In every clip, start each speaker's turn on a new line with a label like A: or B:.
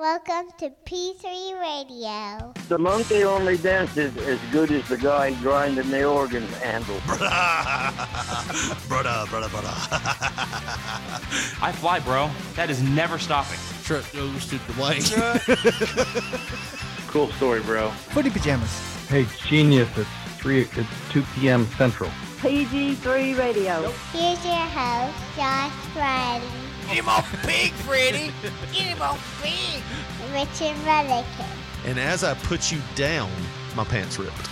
A: Welcome to P3 Radio.
B: The monkey only dances as good as the guy grinding the organ handle.
C: brother, brother, brother.
D: I fly, bro. That is never stopping.
E: Truck goes to the white.
F: Cool story, bro.
G: Footy pajamas.
H: Hey, genius! It's three. It's two p.m. Central.
I: PG3 Radio.
A: Here's your host, Josh Friday, Richard Mullican.
E: and as I put you down, my pants ripped.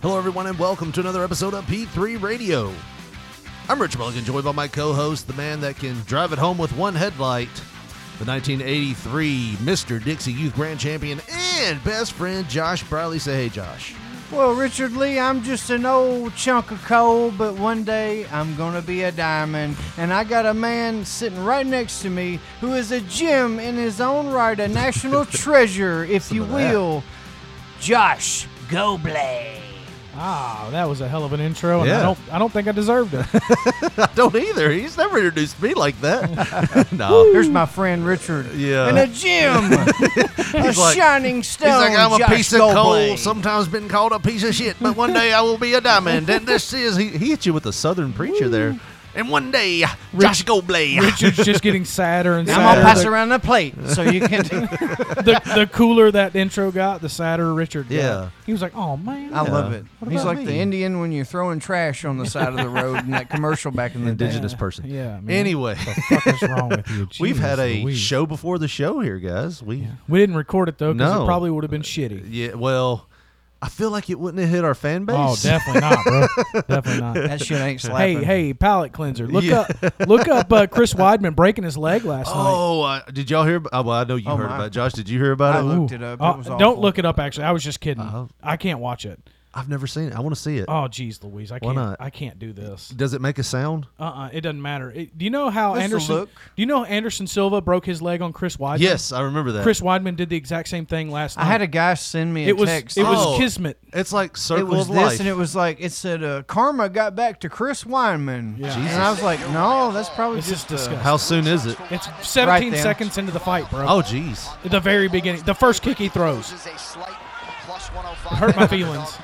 E: Hello, everyone, and welcome to another episode of P3 Radio. I'm Rich Mulligan, joined by my co host, the man that can drive it home with one headlight, the 1983 Mr. Dixie Youth Grand Champion and best friend, Josh Briley. Say hey, Josh.
G: Well, Richard Lee, I'm just an old chunk of coal, but one day I'm going to be a diamond. And I got a man sitting right next to me who is a gem in his own right, a national treasure, if you
E: of that.
G: will. Josh Goblay.
J: Ah, that was a hell of an intro, and
E: Yeah.
J: I don't, I don't think I deserved it.
E: I don't either. He's never introduced me like that. no.
G: Here's my friend Richard.
E: Yeah.
G: And a gem. a
E: He's like-
G: shining stone.
E: He's like, I'm a
G: Josh
E: piece of coal,
G: Goldblade."
E: sometimes been called a piece of shit, but one day I will be a diamond. And this is, he, he hit you with a southern preacher there. And one day, Josh Goldblade.
J: Richard's just getting sadder and
G: Now I'm gonna
J: sadder.
G: pass around the plate so you can.
J: The, the, the cooler that intro got, the sadder Richard. got.
E: Yeah.
J: he was like, "Oh man,
G: I love
E: Yeah.
G: it.
J: What
G: He's
J: about
G: like the
J: me?
G: Indian when you're throwing trash on the side of the road in that commercial back in the day.
E: Indigenous person.
J: yeah." Man,
E: Anyway,
J: what the fuck is wrong with you?
E: we've had
J: Jeez
E: a
J: Louise.
E: show before the show here, guys. We,
J: We didn't record it though, because
E: No.
J: it probably would have been shitty.
E: yeah, well, I feel like it wouldn't have hit our fan base.
J: Oh, definitely not, bro. definitely not.
G: That shit ain't slapping.
J: Hey, hey, palate cleanser. Look
E: Yeah.
J: up, look up. Uh, Chris Weidman breaking his leg last night.
E: Oh, uh, did y'all hear? ab- Oh, well, I know you
G: Oh,
E: heard
G: my.
E: about it. Josh. Did you hear about
G: I
E: it?
G: looked it up. It
J: Uh,
G: was
J: don't
G: awful.
J: look it up. Actually, I was just kidding.
E: Uh-huh.
J: I can't watch it.
E: I've never seen it. I want to see it.
J: Oh, geez, Louise, I can't.
E: not?
J: I can't do this.
E: Does it make a sound?
J: Uh, uh it doesn't matter. It, do you know how
G: Let's
J: Anderson?
G: look.
J: Do you know Anderson Silva broke his leg on Chris Weidman?
E: Yes, I remember that.
J: Chris Weidman did the exact same thing last night.
G: I had a guy send me a
J: it was
G: text.
J: it was
E: Oh.
J: kismet.
E: it's like circle
G: it was
E: of
G: this,
E: life.
G: and it was like it said, uh, "Karma got back to Chris Weinman,"
J: Yeah.
G: and I was like, "No, that's probably
J: This is
G: just uh,
J: disgusting.
E: uh, How soon is it?
J: It's 17
G: then.
J: seconds into the fight, bro.
E: Oh, jeez.
J: At the very beginning, the first kick he throws.
K: oh
C: It
J: hurt my feelings.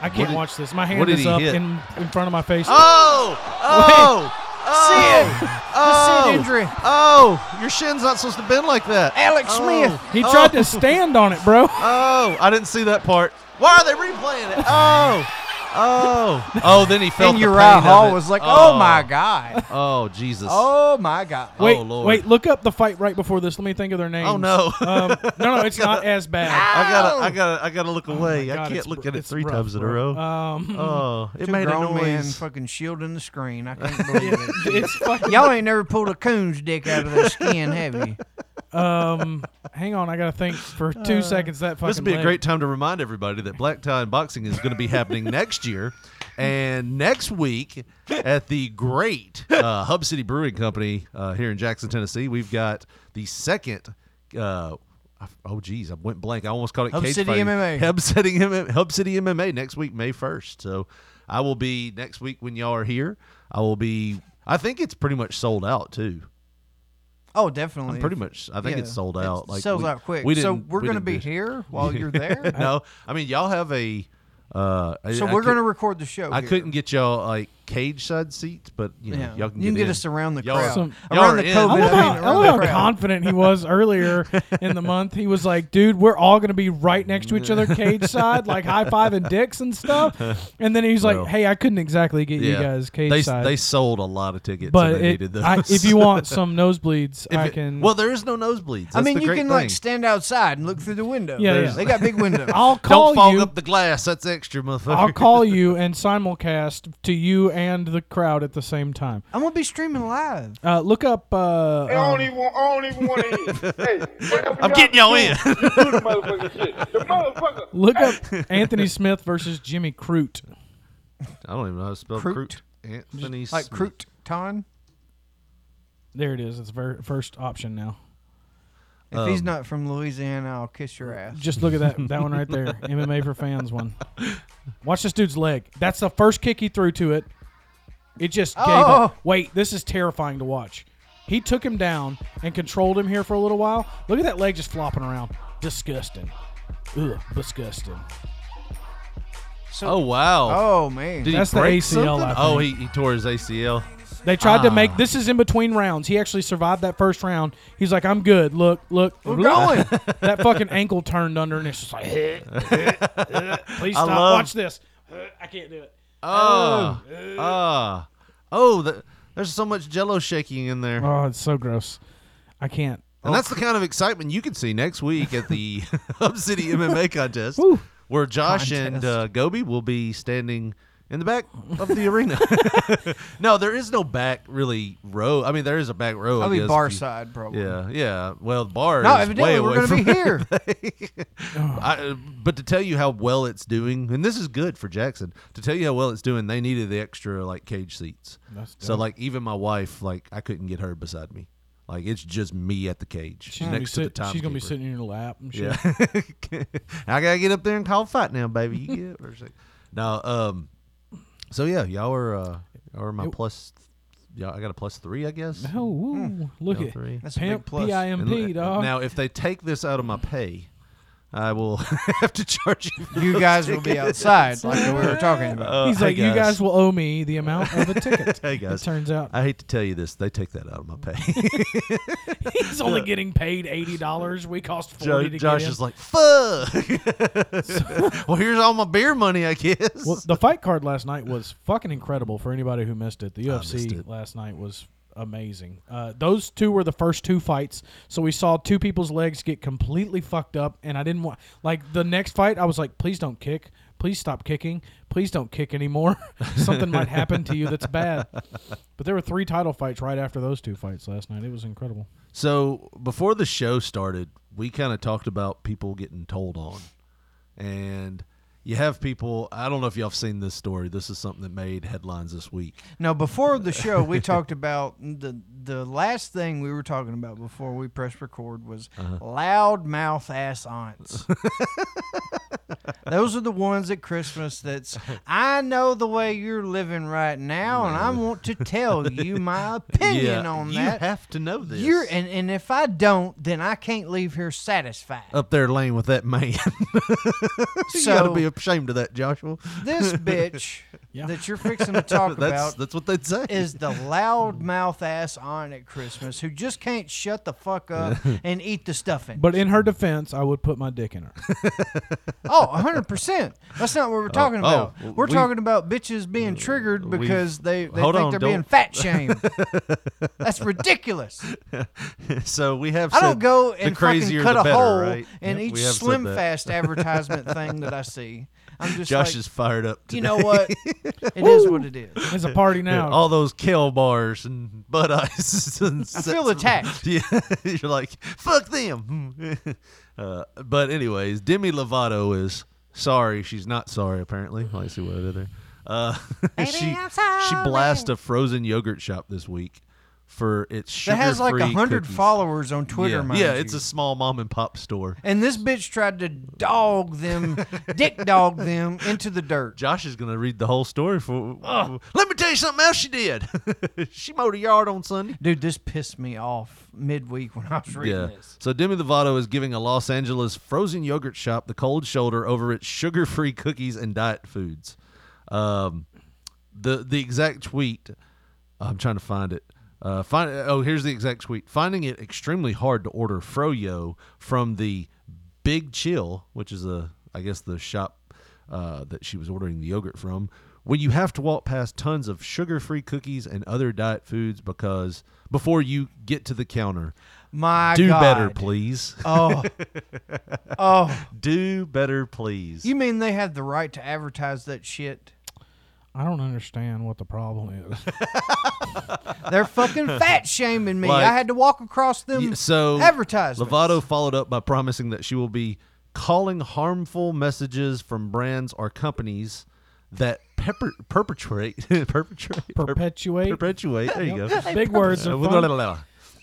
J: I can't watch this. My hand
E: what did
J: is
E: he
J: up
E: hit?
J: in, in front of my face.
E: Oh! Oh!
G: a
E: Oh!
G: sin injury."
E: Oh! Your shin's not supposed to bend like that.
G: Alex
E: Oh.
G: Smith.
J: He
E: Oh.
J: tried to stand on it, bro.
E: Oh! I didn't see that part. Why are they replaying it? Oh! Oh! Oh! Then he felt
G: And
E: the
G: Uriah
E: pain of
G: Hall
E: it.
G: was like, "Oh, my god,
E: Oh Jesus!
G: oh my god."
J: Wait,
E: Lord.
J: wait, look up the fight right before this. Let me think of their names.
E: Oh, no.
J: um, no, no, it's not as bad.
E: I gotta, I gotta, I gotta
G: Oh
E: look away.
J: God,
E: I can't
J: it's
E: look
J: br-
E: at it
J: it's
E: three
J: rough,
E: times in a
J: bro.
E: row.
J: Um,
E: oh, it
G: Two
E: made a
G: grown men
E: noise.
G: fucking shielding the screen. I can't believe it.
J: it's fucking.
G: Y'all ain't never pulled a coon's dick out of their skin, have you?
J: Um, hang on, I gotta think for two seconds. That fucking.
E: Uh, This would be a
J: leg.
E: great time to remind everybody that black tie and boxing is going to be happening next year. And next week at the great uh, Hub City Brewing Company uh, here in Jackson, Tennessee, we've got the second. Uh, I- oh, geez, I went blank. I almost called it
G: Hub
E: cage
G: City
E: fighting.
G: MMA.
E: Hub City MMA. Hub City MMA next week, May first. So I will be next week when y'all are here. I will be. I think it's pretty much sold out too.
G: Oh, definitely.
E: Pretty much. I think
G: Yeah.
E: it's sold
G: It
E: out. like
G: sells
E: we-
G: out quick.
E: We
G: so
E: didn't-
G: we're
E: we
G: going to
E: didn't
G: be
E: do-
G: here while you're there.
E: no, I mean y'all have a. Uh, I-
G: so
E: I
G: we're
E: cou-
G: going to record the show.
E: I
G: here.
E: couldn't get y'all like cage side seats, but you know,
G: Yeah.
E: y'all can
G: you can
E: get,
G: get
E: in.
G: us around the
E: Y'all
G: crowd,
J: Some-
E: y'all
G: around
E: are
G: the
E: in.
G: COVID.
J: I
G: I
J: love
G: mean,
J: how, I
G: around
J: love
G: the
J: how
G: crowd.
J: confident he was earlier in the month. He was like, dude, we're all going to be right next to each other, cage side, like high five and dicks and stuff. And then he's
E: Well,
J: like, hey, I couldn't exactly get you
E: Yeah.
J: guys cage
E: they,
J: side.
E: They sold a lot of tickets, and
J: but
E: they
J: it-
E: needed those.
J: I, if you want some nosebleeds,
E: If
J: I
E: it-
J: can.
E: well, there is no nosebleeds.
G: I
E: That's
G: mean,
E: the
G: you can
E: great thing.
G: like stand outside and look through the window.
J: Yeah, yeah.
G: They got big windows.
J: I'll
E: don't
J: call
E: fog
J: you.
E: up the glass. That's extra, motherfucker.
J: I'll call you and simulcast to you and the crowd at the same time.
G: I'm going to be streaming live.
J: Uh, look up. Uh, um,
F: want, I don't even want to hear. Hey,
E: I'm getting y'all in.
F: The motherfucker.
J: look up Anthony Smith versus Jimmy Crute.
E: I don't even know how to spell
G: Croot.
E: Croot. Anthony
G: Like
E: Smith.
G: crouton.
J: There it is. It's ver- first option now.
G: If
E: Um,
G: he's not from Louisiana, I'll kiss your ass.
J: Just look at that that one right there. MMA for fans one. Watch this dude's leg. That's the first kick he threw to it. It just gave
G: Oh.
J: up. Wait, this is terrifying to watch. He took him down and controlled him here for a little while. Look at that leg just flopping around. Disgusting. Ugh, disgusting.
E: Oh wow!
G: Oh man.
E: Did he
J: That's the
E: break
J: ACL,
E: something?
J: I
E: Oh, he,
J: think.
E: he tore his ACL.
J: They tried to
E: Ah.
J: make this is in between rounds. He actually survived that first round. He's like, I'm good. Look, look,
G: We're going.
J: that fucking ankle turned under, and it's just like, "Eh, eh, eh, please
E: I
J: stop.
E: love-
J: Watch this. Eh, I can't do it.
E: Oh, ah, oh. The, there's so much Jello shaking in there,
J: Oh, it's so gross. I can't.
E: and that's the kind of excitement you can see next week at the Hub City MMA contest,
J: Woo.
E: where Josh and uh, Gobi will be standing in the back of the arena. no, there is no back really row. I mean, there is a back row. I
G: I'll be
E: guess, if
G: bar
E: you-
G: side probably.
E: Yeah, yeah. Well, the bar
G: No,
E: is
G: evidently
E: way
G: we're
E: away
G: gonna
E: from
G: be here.
E: I, but to tell you how well it's doing, and this is good for Jackson. To tell you how well it's doing, they needed the extra like cage seats. so like even my wife, like I couldn't get her beside me. Like it's just me at the cage. She's
J: She's gonna, be,
E: next to the
J: sit,
E: time.
J: she's gonna be sitting in your lap and shit.
E: Yeah. I gotta get up there and call fight now, baby. You get it for a second. No, um. So yeah, y'all are uh, y'all are my plus. Yeah, I got a plus three, I guess.
J: Oh, woo.
E: Hmm.
J: look at
E: three.
G: That's a big
J: Pimp,
G: plus.
E: And- uh,
J: P-I-M-P, dog.
E: Now, if they take this out of my pay, I will have to charge you. for
G: You
E: those
G: guys will be
E: tickets.
G: outside like we were talking about.
E: Uh,
J: He's
E: hey
J: like, you guys will owe me the amount of a ticket.
E: Hey, guys.
J: It turns out
E: I hate to tell you this, they take that out of my pay.
J: he's only getting paid eighty dollars. We cost
E: Jo-
J: forty. to
E: Josh
J: get in.
E: is like, "Fuck." well, here's all my beer money, I guess.
J: Well, the fight card last night was fucking incredible for anybody who missed it. The UFC
E: missed it.
J: last night was amazing. Uh, those two were the first two fights, so we saw two people's legs get completely fucked up, and I didn't want like the next fight. I was like, please don't kick, please stop kicking, please don't kick anymore. Something might happen to you that's bad. But there were three title fights right after those two fights last night. It was incredible.
E: So before the show started, we kind of talked about people getting told on, and you have people. I don't know if y'all have seen this story. This is something that made headlines this week.
G: Now, before the show, we talked about the the last thing we were talking about before we pressed record was
E: Uh-huh.
G: loud mouth ass aunts. Those are the ones at Christmas that's I know the way you're living right now, and I want to tell you my opinion on
E: you
G: that.
E: have to know this.
G: You're and, and if I don't, then I can't leave here satisfied.
E: up there laying with that man. Oh, you got to
G: So-
E: be ashamed of that, Joshua.
G: this bitch
J: Yeah.
G: that you're fixing to talk
E: That's
G: about
E: that's what they'd say.
G: is the loud mouth ass aunt at Christmas who just can't shut the fuck up and eat the stuffing.
J: But in her defense, I would put my dick in her.
G: oh, 100%. That's not what we're talking
E: oh,
G: about.
E: well,
G: we're
E: we-
G: talking about bitches being triggered
E: we've-
G: because they, they
E: hold
G: think
E: on,
G: they're
E: don't-
G: being fat shamed. That's ridiculous.
E: so we have.
G: I don't
E: said
G: go
E: the
G: and fucking
E: crazier
G: cut
E: the
G: a
E: better,
G: hole
E: right?
G: in
E: Yep,
G: each
E: we have said
G: slim
E: that.
G: fast advertisement thing that I see. I'm just
E: Josh
G: like,
E: is fired up. Today.
G: you know what? It is what it is.
J: It's a party now.
E: All those kale bars and butt ice. And
G: I feel attacked.
E: Yeah, you're like fuck them. uh, but anyways, Demi Lovato is sorry. She's not sorry apparently. Let's see what I did there. Uh, she she blasted a frozen yogurt shop this week for its sugar
G: That has like a hundred
E: cookies.
G: followers on Twitter,
E: Yeah,
G: mind
E: yeah
G: you.
E: it's a small mom and pop store.
G: And this bitch tried to dog them, dick dog them into the dirt.
E: Josh is gonna read the whole story for. uh, Let me tell you something else she did. she mowed a yard on Sunday.
G: Dude, this pissed me off midweek when I was reading this.
E: So Demi Lovato is giving a Los Angeles frozen yogurt shop the cold shoulder over its sugar-free cookies and diet foods. Um, the the exact tweet. I'm trying to find it. Uh, find oh here's the exact tweet. Finding it extremely hard to order froyo from the Big Chill, which is a I guess the shop uh, that she was ordering the yogurt from. When you have to walk past tons of sugar-free cookies and other diet foods because before you get to the counter,
G: My
E: do
G: God.
E: better, please.
G: Oh, oh!
E: do better, please.
G: You mean they have the right to advertise that shit?
J: I don't understand what the problem is.
G: They're fucking fat shaming me.
E: Like-
G: I had to walk across them.
E: Yeah, so
G: advertisements.
E: Lovato followed up by promising that she will be calling harmful messages from brands or companies that pepper, perpetrate perpetrate
J: Perpetuate.
E: perpetuate. There you go.
J: Big words.
E: Uh,
J: Are
E: we'll
J: fun.
E: go la, la, la.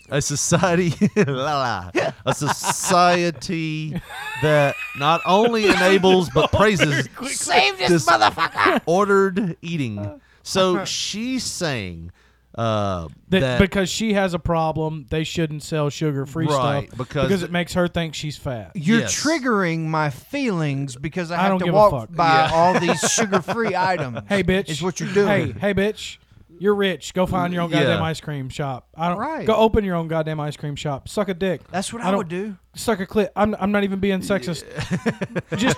E: A society, la, la. a society that not only enables but praises
G: Save this
E: this
G: motherfucker!
E: ordered eating. So she's saying uh,
J: That,
E: that,
J: because she has a problem, they shouldn't sell sugar-free
E: Right,
J: stuff
E: because-
J: it makes her think she's fat.
G: You're
E: Yes.
G: triggering my feelings because I
J: I
G: have
J: don't
G: to
J: give a
G: walk
J: fuck.
G: by all these sugar-free items.
J: Hey, bitch!
G: is what you're doing.
J: Hey, hey, bitch! You're rich. Go find your own goddamn
E: Yeah.
J: ice cream shop. I don't.
G: Right.
J: Go open your own goddamn ice cream shop. Suck a dick.
G: That's what I,
J: don't-
G: would do.
J: Suck a clit. I'm, I'm not even being sexist. Just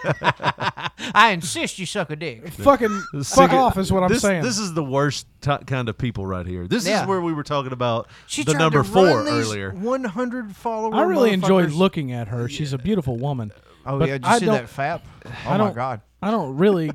G: I insist you suck a dick.
J: fucking fuck
E: Sig-
J: off is what I'm
E: this,
J: saying.
E: This is the worst t- kind of people right here. This
G: Yeah.
E: is where we were talking about
G: She
E: the
G: tried
E: number
G: to
E: four
G: run these
E: earlier.
G: 100 follower.
J: I really enjoyed
G: motherfuckers.
J: looking at her. She's a beautiful woman.
G: Oh
J: but
G: yeah, did you
J: I
G: see
J: don't-
G: that fap? Oh
J: I
G: my
J: don't-
G: god.
J: I don't really,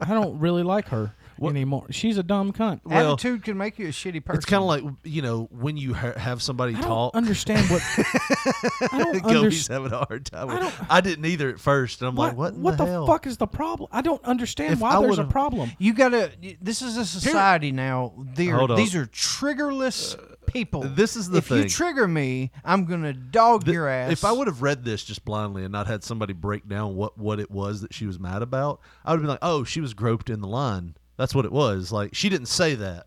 J: I don't really like her anymore. She's a dumb cunt.
E: Well,
G: Attitude can make you a shitty person.
E: It's kind of like you know when you ha- have somebody
J: I don't
E: talk.
J: understand what. I don't
E: Goby's
J: understand.
E: having a hard time. with- I, didn't either at first, and I'm like, what? in
J: What the,
E: hell?
J: fuck is the problem? I don't understand
E: If
J: why
E: I
J: there's a
E: would've-
J: problem.
G: you gotta. y- This is a society now. They're,
E: Hold up. Uh,
G: these are triggerless people.
E: this is the
G: if
E: thing.
G: you trigger me, I'm gonna dog
E: Th-
G: your ass.
E: If I would have read this just blindly and not had somebody break down what what it was that she was mad about, I would have been like, "Oh, she was groped in the line. That's what it was." Like she didn't say that.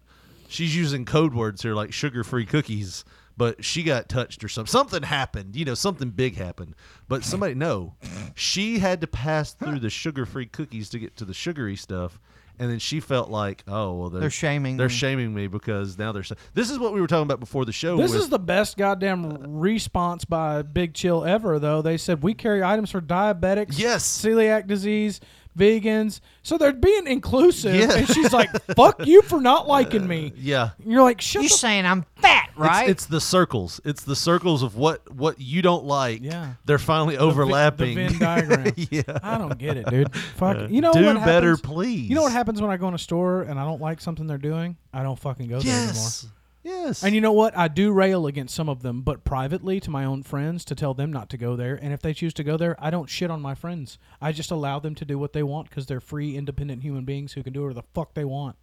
E: She's using code words here, like sugar-free cookies, but she got touched or something. Something happened, you know, something big happened. But somebody, no, she had to pass through the sugar-free cookies to get to the sugary stuff. And then she felt like, oh well, they're,
G: They're shaming
E: They're
G: me.
E: shaming me because now they're. sa- This is what we were talking about before the show.
J: This
E: with-
J: is the best goddamn response by Big Chill ever, though. They said we carry items for diabetics,
E: Yes.
J: celiac disease, vegans. So they're being inclusive,
E: Yeah.
J: and she's like, "Fuck you for not liking me."
E: yeah.
J: And you're like, "Shut
G: you
J: the
G: saying I'm fat,
E: It's-
G: right?
E: It's, the circles. It's the circles of what what you don't like.
J: Yeah.
E: They're finally
J: the Venn-
E: overlapping.
J: The Venn diagram.
E: yeah.
J: I don't get it, dude. Fuck. You know
E: Do
J: what
E: better,
J: happens?
E: please.
J: You know what happens when I go in a store and I don't like something they're doing? I don't fucking go there anymore.
E: Yes. Yes.
J: And you know what? I do rail against some of them, but privately to my own friends to tell them not to go there. And if they choose to go there, I don't shit on my friends. I just allow them to do what they want because they're free, independent human beings who can do whatever the fuck they want.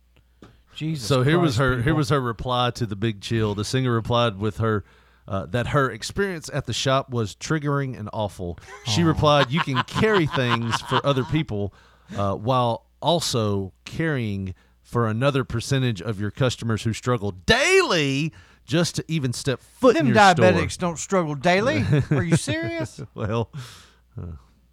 J: Jesus.
E: so here was
J: Christ,
E: her here
J: people.
E: was her reply to the big chill. The singer replied with her. Uh, that her experience at the shop was triggering and awful. She replied, "You can carry things for other people, uh, while also carrying for another percentage of your customers who struggle daily just to even step foot
G: Them
E: in your store."
G: diabetics don't struggle daily. Are you serious?
E: Well,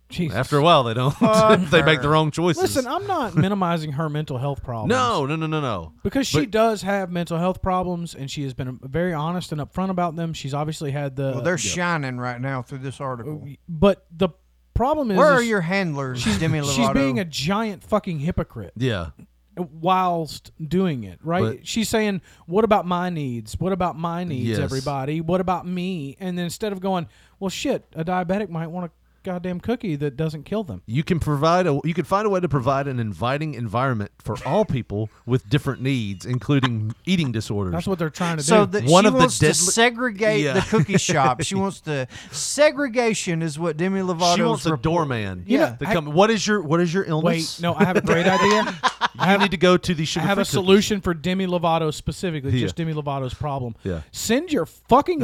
J: Jesus.
E: After a while, they don't.
G: Fuck
E: they make
G: her.
E: their own choices.
J: Listen, I'm not minimizing her mental health problems.
E: no, no, no, no, no.
J: Because she
E: But-
J: does have mental health problems, and she has been um, very honest and upfront about them. She's obviously had the.
G: Well, they're shining right now through this article.
J: but the problem is,
G: Where are
J: Oh, is
G: your handlers, Demi Lovato?
J: she's being a giant fucking hypocrite
E: Yeah,
J: whilst doing it. Right?
E: But-
J: she's saying, "What about my needs? What about my needs?
E: Yes.
J: Everybody, what about me?" And then instead of going, "Well, shit, a diabetic might want a goddamn cookie that doesn't kill them."
E: you can provide a you can find a way to provide an inviting environment for all people with different needs, including eating disorders.
J: That's what they're trying to
G: So
J: do.
G: that
E: One
G: she
E: of the
G: wants to
E: deadly-
G: segregate
E: Yeah.
G: the cookie shop. She wants to segregation is what Demi Lovato.
E: she wants a doorman.
G: You know,
E: to
J: I-
E: come. what is your What is your
J: Wait,
E: illness?
J: no, I have a great idea. I
E: you
J: have,
E: need to go to the
J: I
E: sugar.
J: have a solution for Demi Lovato specifically,
E: Yeah.
J: just Demi Lovato's problem.
E: Yeah.
J: Send your fucking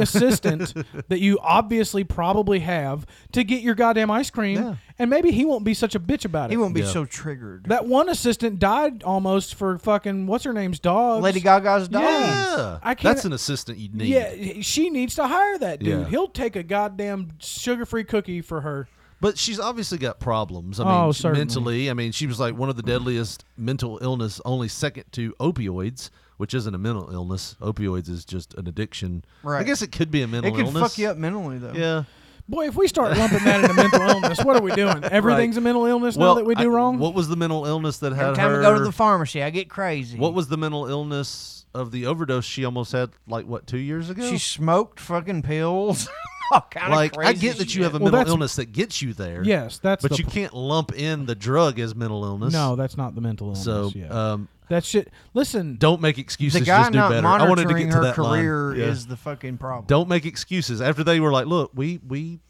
J: assistant that you obviously probably have to get your goddamn ice cream,
E: Yeah.
J: and maybe he won't be such a bitch about it.
G: He won't be
E: Yeah.
G: so triggered.
J: That one assistant died almost for fucking what's her name's dog.
G: Lady Gaga's dog.
E: Yeah,
J: I can't-
E: that's an assistant you need.
J: Yeah, she needs to hire that dude.
E: Yeah.
J: He'll take a goddamn sugar-free cookie for her.
E: But she's obviously got problems. I
J: Oh,
E: mean, she-
J: certainly.
E: mentally. I mean, she was like one of the deadliest mental illness, only second to opioids, which isn't a mental illness. Opioids is just an addiction. I
G: Right.
E: guess it could be a mental
G: It can
E: illness.
G: fuck you up mentally though.
E: Yeah.
J: Boy, if we start lumping that into mental illness, what are we doing? Everything's a mental illness now that we do
E: I-
J: wrong.
E: What was the mental illness that had
G: Every time
E: her?
G: I go to the pharmacy, I get crazy.
E: what was the mental illness of the overdose she almost had? Like what, two years ago?
G: She smoked fucking pills. all kind
E: like
G: of crazy.
E: I get that you have a
J: Well,
E: mental
J: that's-
E: illness that gets you there.
J: yes, that's
E: But
J: the
E: you
J: p-
E: can't lump in the drug as mental illness.
J: No, that's not the mental illness.
E: So
J: yeah.
E: um,
J: That shit. Listen,
E: don't make excuses.
G: the guy
E: just do
G: not
E: better. I wanted to
G: monitoring
E: get to
G: her
E: that line.
G: career
E: Yeah.
G: is the fucking problem.
E: don't make excuses. After they were like, look, we we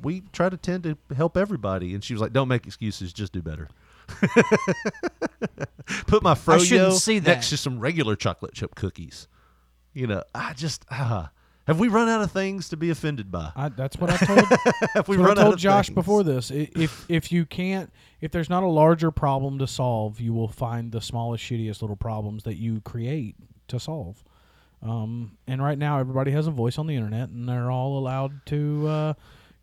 E: we try to tend to help everybody, and she was like, don't make excuses, just do better. Put my
G: shouldn't
E: froyo
G: see that.
E: next to some regular chocolate chip cookies. You know, I just ah. Have we run out of things to be offended by?
J: I, that's what I told.
E: Have we
J: that's what
E: run
J: I
E: out
J: told
E: of
J: Josh
E: things?
J: before this. I- If if you can't, if there's not a larger problem to solve, you will find the smallest, shittiest little problems that you create to solve. Um, and right now, everybody has a voice on the internet, and they're all allowed to uh,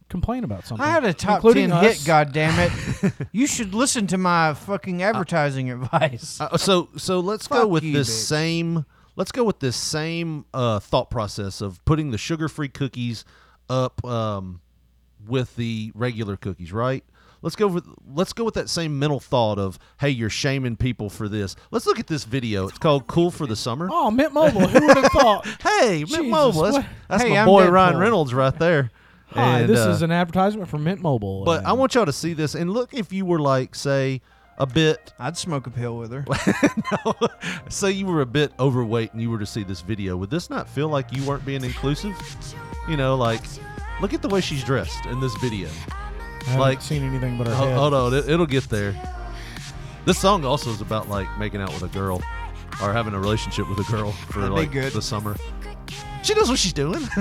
J: complain about something.
G: I had a top
J: including
G: ten
J: us.
G: hit. God damn it! you should listen to my fucking advertising advice.
E: Uh, so so let's go
G: Fuck
E: with
G: you,
E: this
G: bitch.
E: same let's go with this same uh, thought process of putting the sugar-free cookies up um, with the regular cookies, right? Let's go with let's go with that same mental thought of hey, you're shaming people for this. Let's look at this video. It's called "Cool for the Summer."
J: Oh, Mint Mobile. Who would have thought?
E: Hey,
J: Jesus,
E: Mint Mobile, that's,
J: what-
E: that's
G: Hey,
E: my
G: I'm
E: boy
G: Deadpool.
E: Ryan Reynolds right there.
J: Hi,
E: And,
J: this
E: uh,
J: is an advertisement for Mint Mobile.
E: But
J: and-
E: I want y'all to see this and look if you were like say a bit
G: I'd smoke a pill with her.
E: Say you were a bit overweight and you were to see this video, would this not feel like you weren't being inclusive? You know, like, look at the way she's dressed in this video.
J: I haven't
E: like-
J: seen anything but her
E: Hold,
J: head.
E: hold on, it, it'll get there. This song also is about like making out with a girl or having a relationship with a girl for
G: That'd be
E: like
G: good.
E: the summer. She knows what she's doing.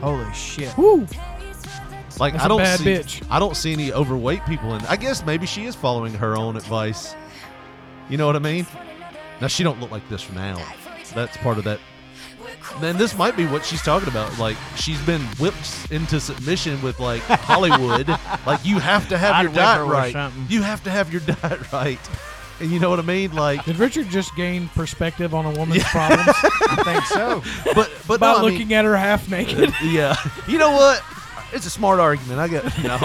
G: Holy shit!
J: Woo.
E: like
J: That's
E: I
J: a
E: don't
J: bad
E: see,
J: bitch.
E: I don't see any overweight people, and I guess maybe she is following her own advice. You know what I mean? Now she don't look like this now. That's part of that then this might be what she's talking about. Like she's been whipped into submission with like Hollywood. like you have to have
G: I'd
E: your
G: whip her
E: diet
G: with
E: right.
G: something.
E: You have to have your diet right. And you know what I mean? Like,
J: Did Richard just gain perspective on a woman's problems
G: I think so.
E: but but
J: by
E: no, I
J: looking
E: mean,
J: at her half naked?
E: yeah. You know what? It's a smart argument. I get no.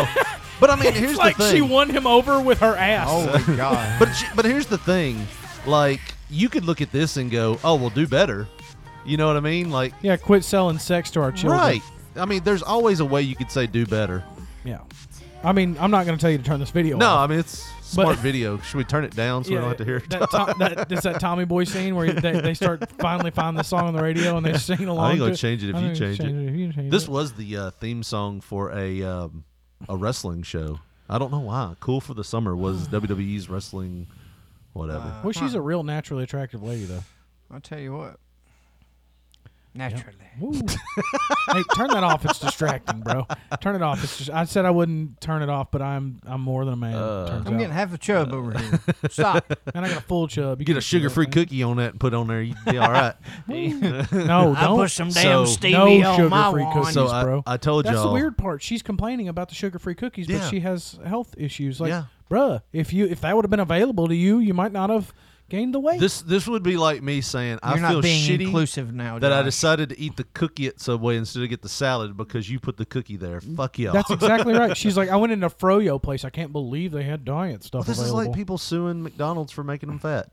E: But I mean, here's
J: it's like
E: the thing. Oh.
J: she won him over with her ass.
G: Holy Oh god!
E: But she, but here's the thing, like you could look at this and go, oh, we'll do better. You know what I mean? Like
J: Yeah, quit selling sex to our children.
E: right. I mean, there's always a way you could say do better.
J: Yeah. I mean, I'm not going to tell you to turn this video
E: No, I
J: off.
E: mean it's
J: But-
E: smart video. Should we turn it down so we don't have to hear? it?
J: that, Tom, that, it's that Tommy Boy scene where they, they start finally find the song on the radio and they sing along.
E: gonna
J: to
E: change it if
J: I'm
E: you
J: gonna
E: change it.
J: if you change
E: This
J: it.
E: was the uh, theme song for a um, a wrestling show. I don't know why. Cool for the summer was WWE's wrestling, whatever.
G: Uh,
J: Well, she's a real naturally attractive lady, though.
G: I'll tell you what. Naturally.
J: Woo. hey, turn that off. It's distracting, bro. Turn it off. It's just. I said I wouldn't turn it off, but I'm I'm more than a man. it
E: Uh,
J: turns
G: I'm
J: out.
G: getting half a chub over here. Stop.
J: and I got a full chub. You
E: Get a
J: can't do that,
E: sugar free
J: man.
E: cookie on that and put it on there. You'd be all right.
J: No,
G: I
J: don't.
G: put some damn
E: So,
G: stevia
J: no
G: on my
J: sugar-free
G: wine.
J: cookies.
E: so
J: Jeez,
E: I,
J: bro.
E: I told
J: That's
E: y'all.
J: the weird part. She's complaining about the sugar-free cookies,
E: Yeah.
J: but she has health issues. Like,
E: Yeah.
J: bruh, if you if that would have been available to you, you might not have gained the weight.
E: This this would be like me saying I
G: You're
E: feel
G: not being
E: shitty
G: inclusive now.
E: that I
G: Josh.
E: decided to eat the cookie at Subway instead of get the salad because you put the cookie there.
G: Mm.
E: Fuck y'all.
J: That's exactly right. She's like, I went into a Froyo place. I can't believe they had diet stuff
E: this is
J: available.
E: like people suing McDonald's for making them fat.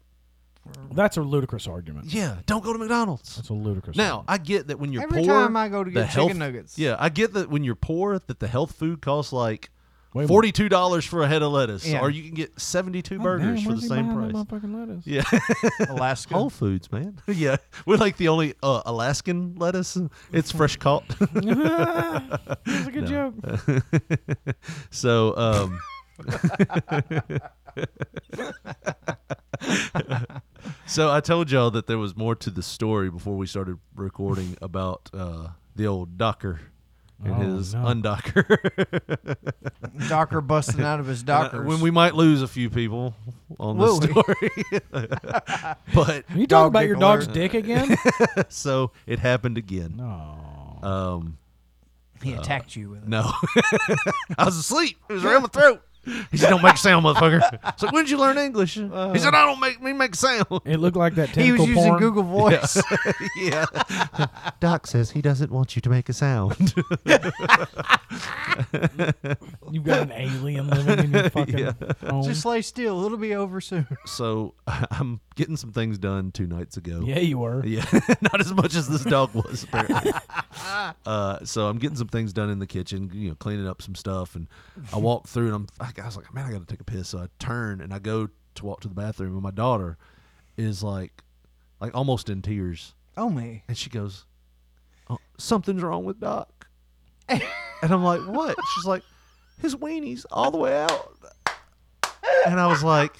J: That's a ludicrous argument.
E: Yeah, don't go to McDonald's.
J: It's a ludicrous.
E: Now I get that when you're
G: Every
E: poor,
G: time I go to
E: the
G: get chicken
E: health,
G: nuggets.
E: Yeah, I get that when you're poor, that the health food costs like
J: Way more.
E: forty-two dollars for a head of lettuce,
G: Yeah. Oh,
E: or you can get seventy-two
J: argument.
E: burgers
J: Damn,
E: for
J: where's
E: the
J: he
E: same
J: buying
E: price.
J: that motherfucking lettuce?
E: Yeah,
G: Alaska.
E: Whole Foods, man. yeah, we're like the only uh, Alaskan lettuce. It's fresh caught.
J: That's a good joke.
E: so, um, so I told y'all that there was more to the story before we started recording about uh, the old docker and
J: Oh,
E: his
J: no.
E: undocker.
G: Docker busting out of his dockers.
E: when we might lose a few people on
G: Will
E: the
G: we?
E: story, but
J: Are you talking
G: Dog
J: about
G: dick
J: your dog's
G: alert.
J: dick again?
E: so it happened again.
J: no.
E: Um,
G: he attacked you with it.
E: Uh, No. I was asleep. It was around my throat. He said, Don't make a sound, motherfucker. I said, When did you learn English? he said, I don't make me make a sound.
J: It looked like that
G: He was
J: tentacle
G: using
J: porn.
G: Google Voice.
E: yeah. Doc says he doesn't want you to make a sound.
J: You've got an alien living in your fucking home.
G: Just lay still. It'll be over soon.
E: so I'm getting some things done two nights ago.
J: yeah, you were.
E: Yeah, not as much as this dog was apparently. uh, so I'm getting some things done in the kitchen, you know, cleaning up some stuff, and I walk through and I'm, I was like, man, I got to take a piss. So I turn and I go to walk to the bathroom, and my daughter is like, like almost in tears,
G: Oh me.
E: and she goes, oh, something's wrong with Doc, and I'm like, what? She's like, his weenie's all the way out, and I was like.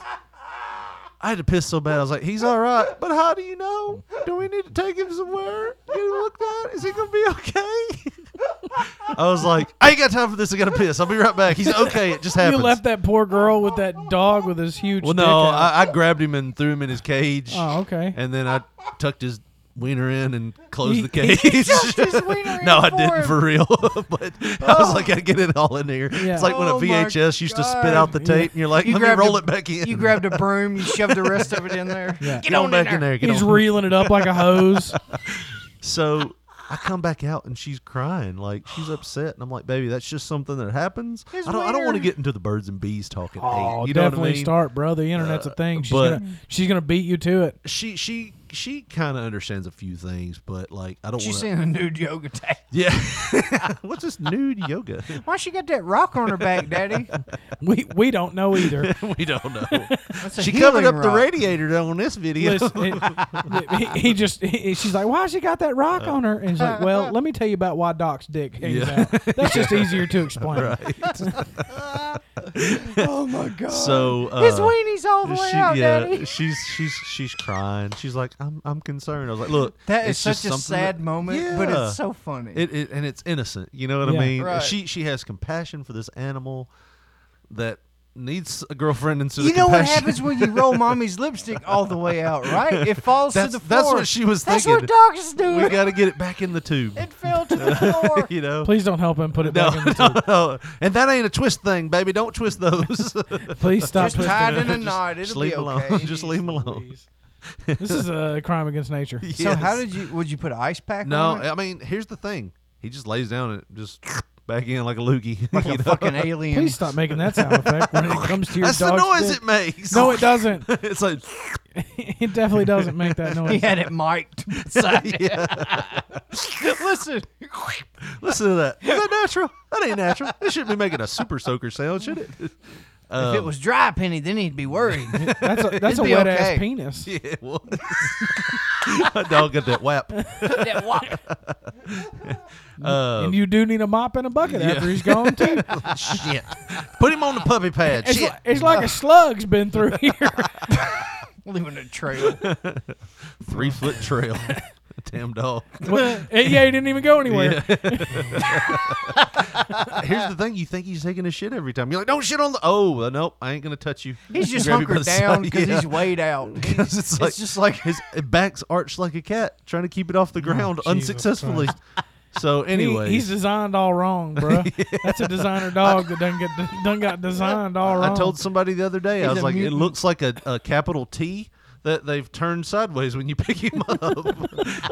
E: I had to piss so bad. I was like, he's all right, but how do you know? Do we need to take him somewhere? Get him looked at? Is he gonna be okay? I was like, I ain't got time for this. I gotta piss. I'll be right back. He's okay. It just happens.
J: You left that poor girl with that dog with his huge.
E: Well,
J: dick
E: no,
J: out.
E: I, I grabbed him and threw him in his cage.
J: Oh, okay.
E: And then I tucked his wiener in and closed
J: He-
E: the
J: he
E: cage. no, I didn't for real. but I was like, I get it all in here.
J: Yeah.
E: It's like when a
G: Oh, my
E: VHS used to spit
G: God.
E: out the tape, and you're like,
G: You
E: let me
G: grabbed
E: roll
G: a-
E: it back in.
G: You grabbed a broom, you shoved the rest of it in there.
J: Yeah.
E: get on back in there. Get
J: He's
E: on.
J: reeling it up like a hose.
E: so I come back out and she's crying, like she's upset, and I'm like, baby, that's just something that happens.
G: His
E: I don't. I don't want to
G: wiener.
E: get into the birds and bees talking.
J: Oh,
E: you know what I
J: definitely
E: mean? Uh,
J: start, bro. The internet's a thing. She's
E: but-
J: gonna she's gonna beat you to it.
E: She she she kind of understands a few things, but like I don't.
G: She's
E: want
G: in a nude yoga tank.
E: Yeah. What's this nude yoga?
G: Why she got that rock on her back, Daddy?
J: We we don't know either.
E: we don't know.
G: That's a
E: she covered
G: healing
E: up the
G: rock.
E: radiator on this video.
J: Listen, it- he, he just he- she's like, why she got that rock on her? And she's like, well, let me tell you about why Doc's dick hangs
E: Uh. Yeah.
J: out. That's just easier to explain.
G: Oh my God!
E: so uh,
G: his weenie's all the way
E: she,
G: out,
E: yeah,
G: Daddy.
E: she's she's she's crying. She's like, I'm I'm concerned. I was like, look,
G: That is
E: it's
G: such
E: just
G: a
E: something
G: sad
E: that-
G: moment, but
E: Yeah.
G: it's so funny.
E: It, it and it's innocent. You know what
J: Yeah.
E: I mean?
G: Right.
E: She she has compassion for this animal that needs a girlfriend instead
G: you
E: of
G: know what
E: compassion.
G: happens when you roll mommy's lipstick all the way out, right? It falls
E: That's-
G: to the floor.
E: that's what she was
G: That's
E: thinking.
G: what dogs do.
E: we got to get it back in the tube.
G: it fell to the floor.
E: you know.
J: Please don't help him put it
E: No,
J: back in the
E: no, no. And that ain't a twist thing, baby. Don't twist those.
J: Please stop.
G: Just
J: twisting
G: tied
J: it.
G: in a knot. It'll
E: Just
G: be
E: leave 'em
G: okay.
E: alone. Just leave them alone.
J: this is a crime against nature.
G: So how
E: Yes.
G: did you? Would you put an ice pack?
E: No, uh,
G: on it?
E: I mean, here's the thing. He just lays down and just back in like a loogie.
G: like
E: you
G: a
E: know?
G: fucking alien.
J: Please stop making that sound effect when it comes to your
E: That's the
J: dog's
E: noise
J: dick.
E: it makes.
J: No, it doesn't.
E: it's like
J: It definitely doesn't make that
G: He
J: noise.
G: had it mic'd. beside it. Listen,
E: listen to that. Is that natural? That ain't natural. It shouldn't be making a super soaker sound, should it?
G: if
E: Um,
G: it was dry, Penny, then he'd be worried.
J: That's a, that's a
G: It'd be
J: wet ass
G: okay.
J: penis.
E: Yeah, it was. My dog got that whap.
J: and you do need a mop and a bucket
E: yeah.
J: after he's gone too.
E: Shit. Put him on the puppy pad.
J: It's,
E: Shit.
J: li- it's like a slug's been through here.
G: Leaving a trail.
E: Three foot trail. Damn dog.
J: Well, yeah, he didn't even go
E: Here's
J: anywhere.
E: the thing: you think he's taking a shit every time. You're like, don't shit on the. Oh, nope, I ain't gonna touch you.
G: He's just
E: Grab you by
G: hunkered
E: the side,
G: down because
E: yeah.
G: he's weighed out.
E: it's, like,
G: just like-
E: his back's arched like a cat, trying to keep it
G: Oh,
E: off the ground
J: Jesus
E: unsuccessfully. So
J: He-
E: anyway,
J: he's designed all wrong, bro. That's a designer dog that done get done got designed all wrong.
E: I told somebody the other day,
G: He's
E: I was
G: a
E: like, it
G: mutant.
E: looks like a, a capital T that they've turned sideways when you pick him up.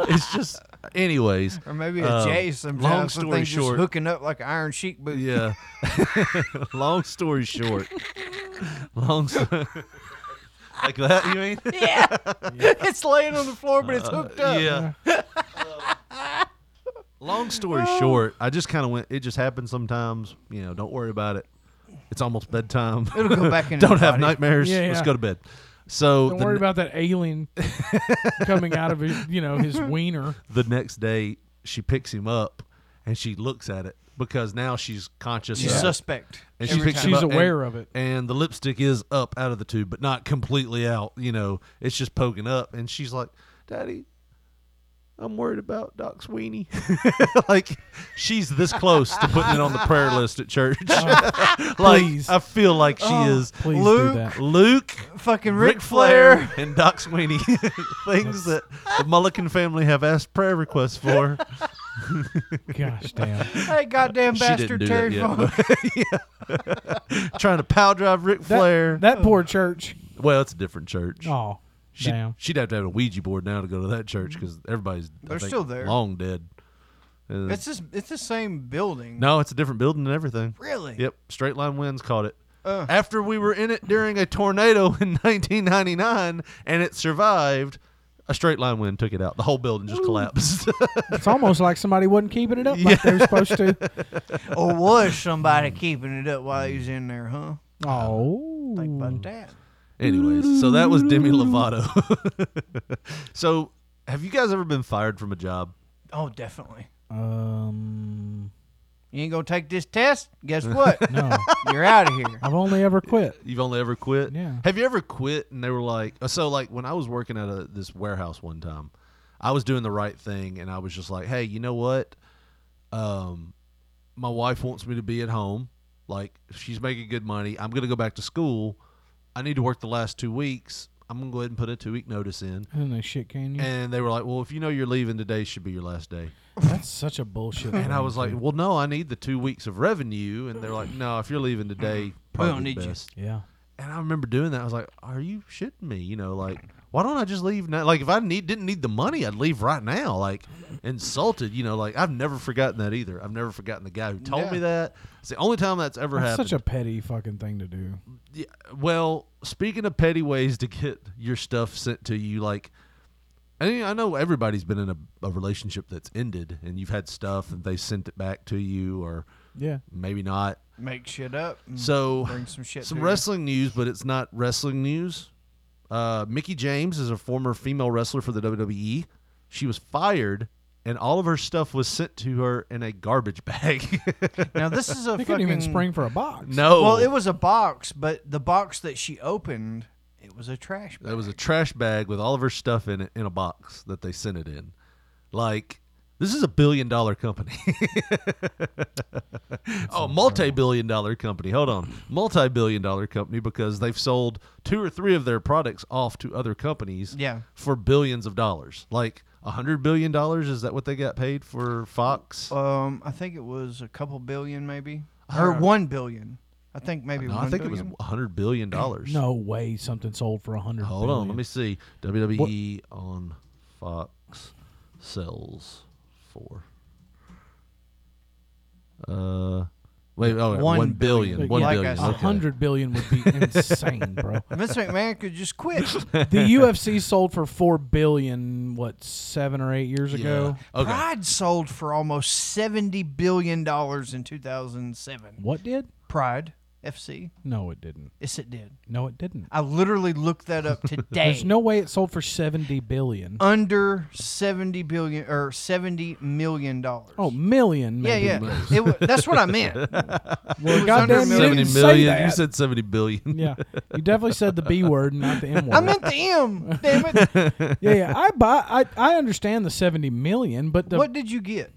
E: it's just, anyways.
G: Or maybe a
E: Um,
G: J sometimes.
E: Long
G: when
E: story
G: things just
E: short,
G: hooking up like an iron sheik boot.
E: Yeah. long story short. Long story. like that, you mean?
G: it's laying on the floor, but it's hooked up.
E: Uh, Yeah. long story short, I just kind of went, it just happens sometimes. You know, don't worry about it. It's almost bedtime.
G: It'll go back in.
E: don't
G: his
E: have
G: body.
E: nightmares.
J: Yeah,
E: Let's
J: yeah.
E: go to bed. So
J: Don't
E: the,
J: worry
E: ne-
J: about that alien coming out of his, you know his wiener.
E: the next day, she picks him up and she looks at it because now she's conscious.
G: She's
E: of it.
G: suspect.
E: and she
G: every
E: picks
G: time.
E: him
J: She's
E: up and-
J: aware of it.
E: And the lipstick is up out of the tube, but not completely out. You know, it's just poking up. And she's like, Daddy, I'm worried about Doc Sweeney. like, she's this close to putting it on the prayer list at church. like,
J: Oh, please. Oh,
E: I feel like she is.
J: Please
G: Luke.
J: do that.
E: Luke,
G: fucking
E: Ric,
G: Ric Flair.
E: Flair, and Doc Sweeney. Things that the Mulligan family have asked prayer requests for.
J: Gosh damn.
G: That goddamn bastard Terry Funk.
E: Trying to pow drive Ric
J: That,
E: Flair.
J: that poor church.
E: well, it's a different church.
J: Oh
E: She,
J: damn. Mm.
E: She'd have to have a Ouija board now to go to that church because everybody's I
G: They're
E: think,
G: still there.
E: long dead. Uh,
G: It's this. It's the same building.
E: no, it's a different building and everything.
G: Really?
E: Yep, straight line winds caught it.
G: Uh.
E: After we were in it during a tornado in 1999 and it survived, a straight line wind took it out. The whole building just collapsed.
J: It's almost like somebody wasn't keeping it up like they were supposed to.
G: Or was somebody keeping it up while he was in there, huh?
J: Oh.
G: Think about that.
E: Anyways, so that was Demi Lovato. so, have you guys ever been fired from a job?
G: Oh, definitely. Oh,
J: Um
G: You ain't gonna take this test? Guess what?
J: No,
G: You're out of here.
J: I've only ever quit.
E: You've only ever quit.
J: Yeah.
E: Have you ever quit? And they were like, uh, so like when I was working at a, this warehouse one time, I was doing the right thing, and I was just like, hey, you know what? Um, my wife wants me to be at home. Like she's making good money. I'm gonna go back to school. I need to work the last two weeks. I'm gonna go ahead and put a two week notice in.
J: And they shit can you?
E: And they were like, well, if you know you're leaving, today should be your last day.
J: That's such a bullshit.
E: And I was like, well, no, I need the two weeks of revenue. And they're like, no, if you're leaving today, probably
G: Mm-hmm. don't need you.
E: best.
J: yeah.
E: And I remember doing that. I was like, "Are you shitting me? You know, like, why don't I just leave now? Like, if I need didn't need the money, I'd leave right now." Like, insulted. You know, like I've never forgotten that either. I've never forgotten the guy who told me that. It's the only time that's ever
J: That's
E: happened.
J: such a petty fucking thing to do.
E: Yeah, well, speaking of petty ways to get your stuff sent to you, like, I mean, I know everybody's been in a, a relationship that's ended, and you've had stuff and they sent it back to you, or
J: Yeah.
E: maybe not.
G: Make shit up. and
E: So
G: bring some shit.
E: some
G: to
E: wrestling news, but it's not wrestling news. Uh, Mickey James is a former female wrestler for the WWE. She was fired, and all of her stuff was sent to her in a garbage bag.
G: you. Now this is a fucking.
J: They couldn't even spring for a box.
E: no,
G: Well, it was a box, but the box that she opened, it was a trash. Bag.
E: that was a trash bag with all of her stuff in it in a box that they sent it in. Like this is a billion dollar company. oh, multi billion dollar company. Hold on, multi billion dollar company because they've sold two or three of their products off to other companies.
G: Yeah.
E: for billions of dollars. Like a hundred billion dollars is that what they got paid for Fox?
G: Um, I think it was a couple billion, maybe, or one billion. I think maybe
E: no,
G: one
E: I think it
G: billion.
E: was a hundred billion dollars.
J: No way something sold for a hundred.
E: Hold on, let
J: billion.
E: me see. WWE on Fox sells for. Uh, wait, oh, wait,
G: One
E: one billion,
G: billion.
E: one
G: Like I
E: billion.
G: said.
J: A
E: okay.
J: hundred billion would be insane, bro.
G: Vince McMahon could just quit.
J: The UFC sold for four billion, what, seven or eight years ago?
E: Yeah. Okay.
G: Pride sold for almost seventy billion dollars in two thousand seven.
J: What did?
G: Pride FC.
J: No, it didn't.
G: Yes, it did.
J: No, it didn't.
G: I literally looked that up today.
J: There's no way it sold for seventy billion.
G: under seventy billion or seventy million dollars.
J: Oh, million.
G: yeah,
J: Maybe.
G: yeah. It wa- that's what I meant.
J: Well,
G: was
J: goddamn,
G: under
J: you
E: Seventy
J: didn't say
E: million.
J: that.
E: You said seventy billion.
J: yeah, you definitely said the B word, not the M word.
G: I meant the M. Damn it!
J: yeah, yeah. I buy. I, I understand the seventy million, but the
G: What did you get?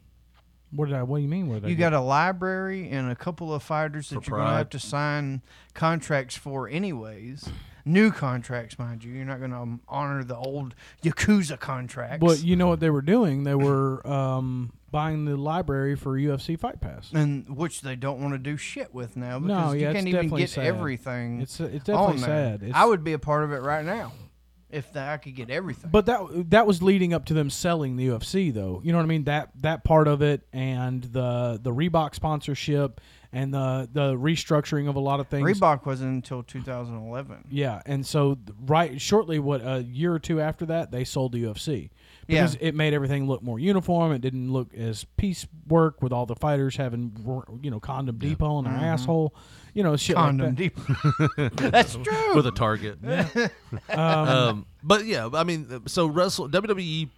J: what did I? What do you mean? What did I
G: You
J: get?
G: got a library and a couple of fighters that you're going to have
E: Pride.
G: to sign contracts for, anyways. New contracts, mind you. You're not going to honor the old Yakuza contracts.
J: Well, you know what they were doing? They were um, buying the library for UFC Fight Pass.
G: and which they don't want to do shit with now
J: No,
G: because
J: yeah,
G: you
J: it's
G: can't even
J: definitely
G: get
J: sad.
G: everything.
J: It's uh, it's
G: on
J: definitely
G: there.
J: sad. It's,
G: I would be a part of it right now if that I could get everything.
J: but that that was leading up to them selling the UFC, though. You know what I mean? That that part of it, and the the Reebok sponsorship, and the the restructuring of a lot of things.
G: Reebok wasn't until 2011.
J: Yeah, and so th- right shortly, what a year or two after that, they sold the UFC
G: Yeah.
J: because it made everything look more uniform. It didn't look as piecework with all the fighters having wor- you know condom depot on their
E: Mm-hmm.
J: asshole, you know shit
G: Condom
J: like that.
G: deep. That's true.
E: with a target. um, but yeah, I mean, so wrestle WWE E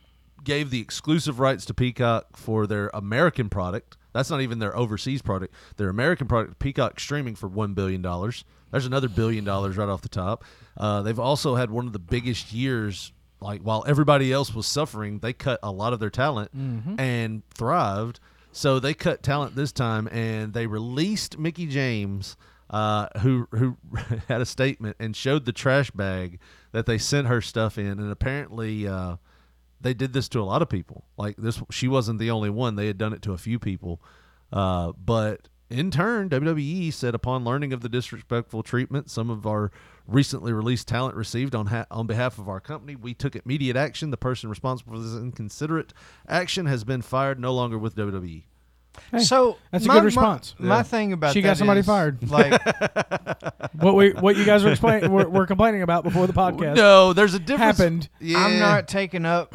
E: gave the exclusive rights to Peacock for their American product. That's not even their overseas product. Their American product, Peacock, streaming for one billion dollars. There's another billion dollars right off the top. Uh, they've also had one of the biggest years. Like while everybody else was suffering, they cut a lot of their talent and thrived. So they cut talent this time, and they released Mickey James uh, who who had a statement and showed the trash bag that they sent her stuff in, and apparently uh, they did this to a lot of people. Like this, she wasn't the only one; they had done it to a few people. Uh, but in turn, WWE said, upon learning of the disrespectful treatment some of our recently released talent received on ha- on behalf of our company, we took immediate action. The person responsible for this inconsiderate action has been fired, no longer with E. WWE.
G: so
J: that's a
G: my,
J: good
G: my-
J: response.
G: My, thing about
J: She got
G: that
J: somebody
G: is,
J: fired.
G: Like
J: What we what you guys were, explain, were, were complaining about before the podcast
E: No, there's a difference.
J: happened.
G: I'm not taking up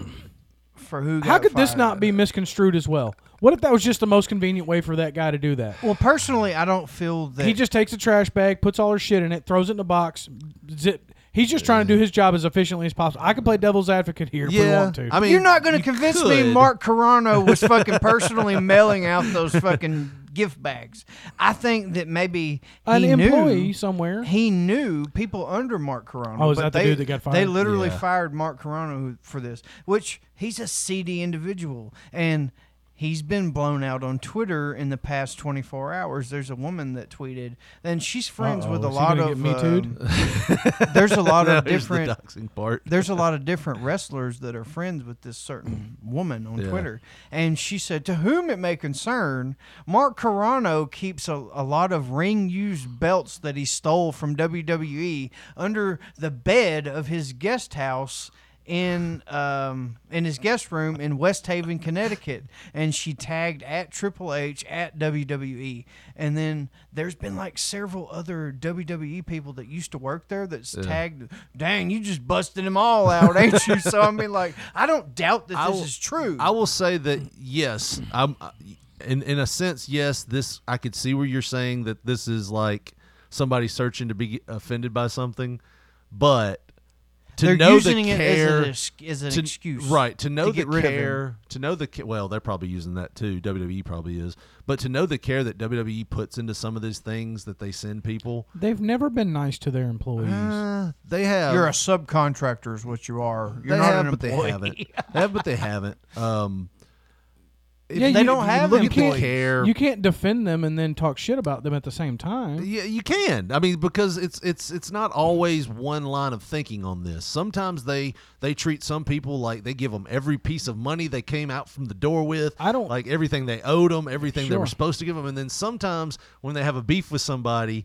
G: for who.
J: How
G: got
J: could this
G: fired.
J: not be misconstrued as well? What if that was just the most convenient way for that guy to do that?
G: Well, personally, I don't feel that
J: He just takes a trash bag, puts all her shit in it, throws it in a box, zip. He's just trying to do his job as efficiently as possible. I could play devil's advocate here if we
E: Yeah,
J: want to.
E: I mean,
G: You're not going to
E: you
G: convince me
E: could.
G: Mark Carano was fucking personally mailing out those fucking gift bags. I think that maybe
J: An
G: he
J: employee
G: knew,
J: somewhere.
G: He knew people under Mark Corona.
J: Oh, is
G: but
J: that the
G: they,
J: dude that got fired?
G: They literally
E: Yeah.
G: fired Mark Corona who- for this, which he's a seedy individual and. He's been blown out on Twitter in the past 24 hours. There's a woman that tweeted, and she's friends
J: Uh-oh,
G: with a
J: is he
G: lot
J: gonna
G: of
J: get Me Too'd?
G: um, there's a lot of
E: Here's
G: different
E: the doxing part.
G: there's a lot of different wrestlers that are friends with this certain woman on
E: Yeah.
G: Twitter. And she said, To whom it may concern, Mark Carano keeps a, a lot of ring used belts that he stole from WWE under the bed of his guest house in um in his guest room in West Haven, Connecticut. And she tagged at Triple H at WWE. And then there's been like several other WWE people that used to work there that's tagged dang, you just busted them all out, ain't you? So I mean like I don't doubt that
E: I
G: this
E: will-
G: is true.
E: I will say that yes, I'm uh, in in a sense yes. This I could see where you're saying that this is like somebody searching to be offended by something, but to
G: They're
E: know
G: using
E: the
G: it as
E: care
G: an ex- as an
E: to-
G: excuse
E: right? To know
G: to
E: the
G: get rid of him.
E: care, to know the ca- well, they're probably using that too. WWE probably is, but to know the care that WWE puts into some of these things that they send people,
J: They've never been nice to their employees.
E: uh, they have
G: You're a subcontractor is what you are. You're
E: they
G: not
E: have,
G: an
E: but they
G: employee.
E: haven't. They have, but they haven't. Um, if
J: Yeah,
G: They
J: you-
G: don't
J: you
G: have
J: look at the
G: employees.
E: care.
J: You can't defend them and then talk shit about them at the same time.
E: Yeah, you can. I mean, because it's it's it's not always one line of thinking on this. Sometimes they they treat some people like they give them every piece of money they came out from the door with.
J: I don't-
E: like everything they owed them, everything they
J: Sure.
E: were supposed to give them, and then sometimes when they have a beef with somebody,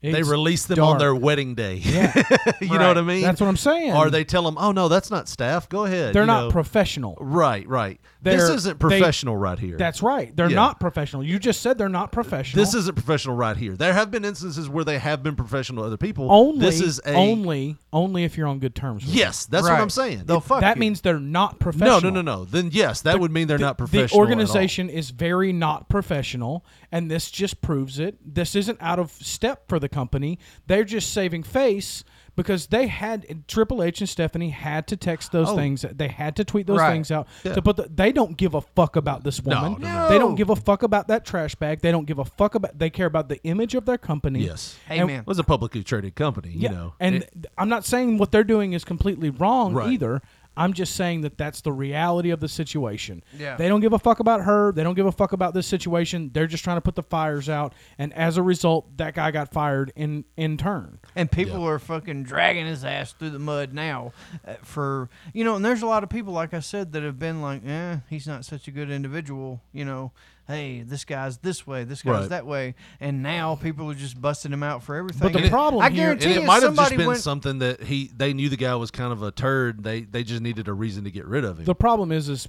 E: they
J: It's
E: release them on
J: dark.
E: their wedding day.
J: Yeah,
E: you know what I mean?
J: that's what I'm saying.
E: Or they tell them, "Oh no, that's not staff. Go ahead."
J: They're
E: you
J: not
E: know.
J: professional.
E: Right, right. This
J: They're-
E: isn't
J: they-
E: professional right here.
J: That's right. They're
E: Yeah.
J: not professional. You just said they're not professional.
E: This isn't professional right here. There have been instances where they have been professional to other people.
J: only
E: this is a
J: only only if you're on good terms. With
E: Yes, that's what
G: Right.
E: I'm saying.
G: They'll
E: If-
G: fuck
J: that
G: you.
J: means they're not
E: no,
J: professional.
E: no, no, no. Then yes, that would mean they're not professional. at
J: The
E: all.
J: organization is very not professional, and this just proves it. This isn't out of step for the company. They're just saving face because they had Triple H and Stephanie had to text
E: Oh.
J: those things. They had to tweet those
G: Right.
J: things out to put. The, they don't give a fuck about this woman.
E: no,
J: They
G: No.
J: don't give a fuck about that trash bag. They don't give a fuck about. They care about the image of their company.
E: Yes.
J: And-
G: Amen.
E: It was a publicly traded company, you know.
J: and
E: It-
J: th- I'm not saying what they're doing is completely wrong
E: Right.
J: either. I'm just saying that that's the reality of the situation.
G: Yeah.
J: They don't give a fuck about her. They don't give a fuck about this situation. They're just trying to put the fires out, and as a result, that guy got fired in in turn.
G: And people are fucking dragging his ass through the mud now uh, for, you know, and there's a lot of people, like I said, that have been like, eh, he's not such a good individual. You know, hey, this guy's this way, this guy's
E: Right.
G: that way. And now people are just busting him out for everything.
J: the
G: And
J: problem
G: I
J: here-
G: guarantee
E: and it
G: you
E: might have just
G: somebody
E: been
G: went,
E: something that he they knew the guy was kind of a turd. They they just needed a reason to get rid of him.
J: The problem is, is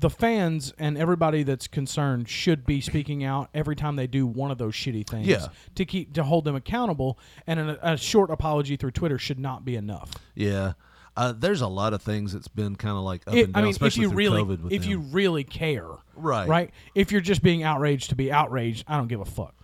J: the fans and everybody that's concerned should be speaking out every time they do one of those shitty things
E: Yeah.
J: to keep to hold them accountable. And an, a short apology through Twitter should not be enough.
E: yeah, uh, there's a lot of things that's been kind of like up
J: It-
E: and
J: I
E: down,
J: mean, if
E: especially
J: you
E: through
J: really,
E: COVID with
J: if you
E: them.
J: really care,
E: Right.
J: right. If you're just being outraged to be outraged, I don't give a fuck.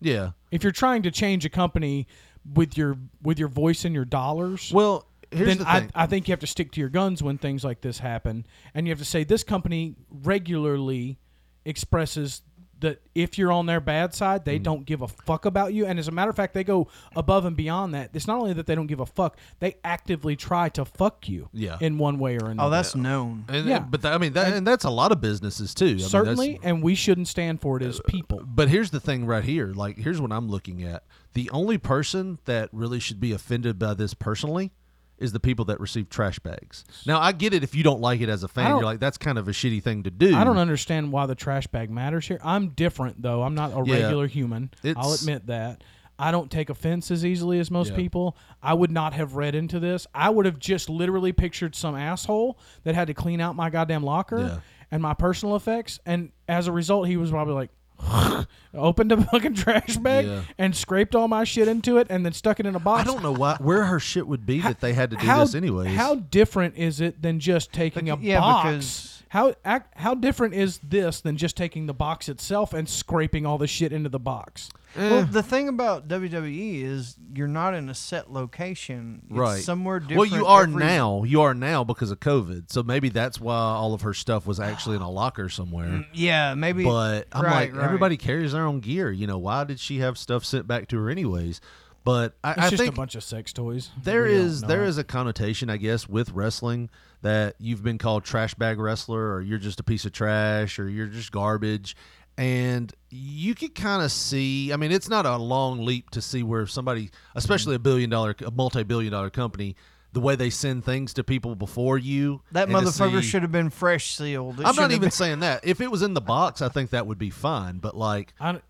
E: yeah.
J: If you're trying to change a company with your with your voice and your dollars,
E: Well, here's
J: then
E: the
J: I,
E: thing.
J: I think you have to stick to your guns when things like this happen, and you have to say this company regularly expresses that if you're on their bad side,
E: Mm.
J: they don't give a fuck about you. And as a matter of fact, they go above and beyond that. It's not only that they don't give a fuck; they actively try to fuck you,
E: Yeah.
J: in one way or another.
G: oh, that's known.
E: and,
J: yeah.
E: but that, I mean, that, and, that's a lot of businesses too. I mean, that's- Uh,
J: certainly, and we shouldn't stand for it as people.
E: But here's the thing right here. Like, here's what I'm looking at. The only person that really should be offended by this personally is the people that receive trash bags. Now, I get it if you don't like it as a fan.
J: don't-
E: You're like, that's kind of a shitty thing to do.
J: I don't understand why the trash bag matters here. I'm different though. I'm not a
E: Yeah.
J: regular human. I'll
E: It's-
J: admit that. I don't take offense as easily as most
E: Yeah.
J: people. I would not have read into this. I would have just literally pictured some asshole that had to clean out my goddamn locker
E: Yeah.
J: and my personal effects, and as a result, he was probably like. opened a fucking trash bag
E: Yeah.
J: and scraped all my shit into it and then stuck it in a box.
E: I don't know why where her shit would be that they had to do
J: how,
E: this anyways.
J: How different is it than just taking
G: Bec-
J: a
G: yeah,
J: box?
G: because-
J: How ac- how different is this than just taking the box itself and scraping all the shit into the box?
E: Eh.
G: Well, the thing about WWE is you're not in a set location. It's
E: right
G: Somewhere different.
E: well you are
G: every-
E: now you are now because of covid so maybe that's why all of her stuff was actually in a locker
G: Mm-hmm.
E: somewhere
G: Yeah, maybe.
E: but i'm
G: right,
E: like
G: right.
E: everybody carries their own gear you know why did she have stuff sent back to her anyways but i,
J: It's
E: I
J: just
E: think
J: a bunch of sex toys.
E: there
J: We don't
E: is
J: know
E: there
J: it.
E: is a connotation i guess with wrestling that you've been called trash bag wrestler or you're just a piece of trash or you're just garbage and you could kind of see i mean it's not a long leap to see where somebody especially a billion dollar a multi-billion dollar company the way they send things to people before you
G: That
E: and to
G: motherfucker
E: see-
G: should have been fresh sealed. It
E: i'm
G: should
E: not
G: have
E: even
G: been-
E: saying that if it was in the box i think that would be fine but like
J: I,
E: that,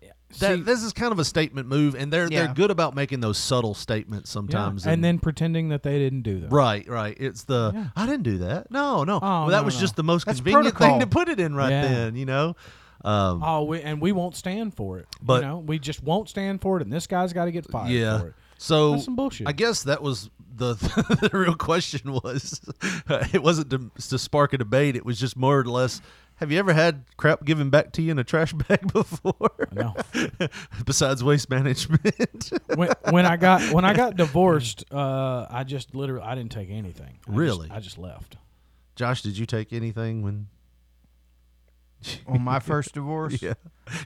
J: see-
E: this is kind of a statement move and they're
G: Yeah.
E: they're good about making those subtle statements
J: yeah,
E: sometimes
J: and then pretending that they didn't do that.
E: Right, right. It's the I didn't do that. No, no. well, that
J: Oh, no,
E: was
J: no.
E: just the most
G: That's
E: convenient
G: protocol.
E: thing to put it in right
J: Yeah.
E: then, you know. Um,
J: Oh, we, and we won't stand for it.
E: But-
J: you know, we just won't stand for it, and this guy's got to get fired
E: yeah.
J: for it.
E: So
J: That's some bullshit.
E: I guess that was the the real question was it wasn't to, to spark a debate. It was just more or less. Have you ever had crap given back to you in a trash bag before?
J: know.
E: Besides waste management,
J: when, when I got when I got divorced, uh, I just literally I didn't take anything. I just-
E: Really?
J: I just left.
E: Josh, did you take anything when?
G: on my first divorce.
E: Yeah,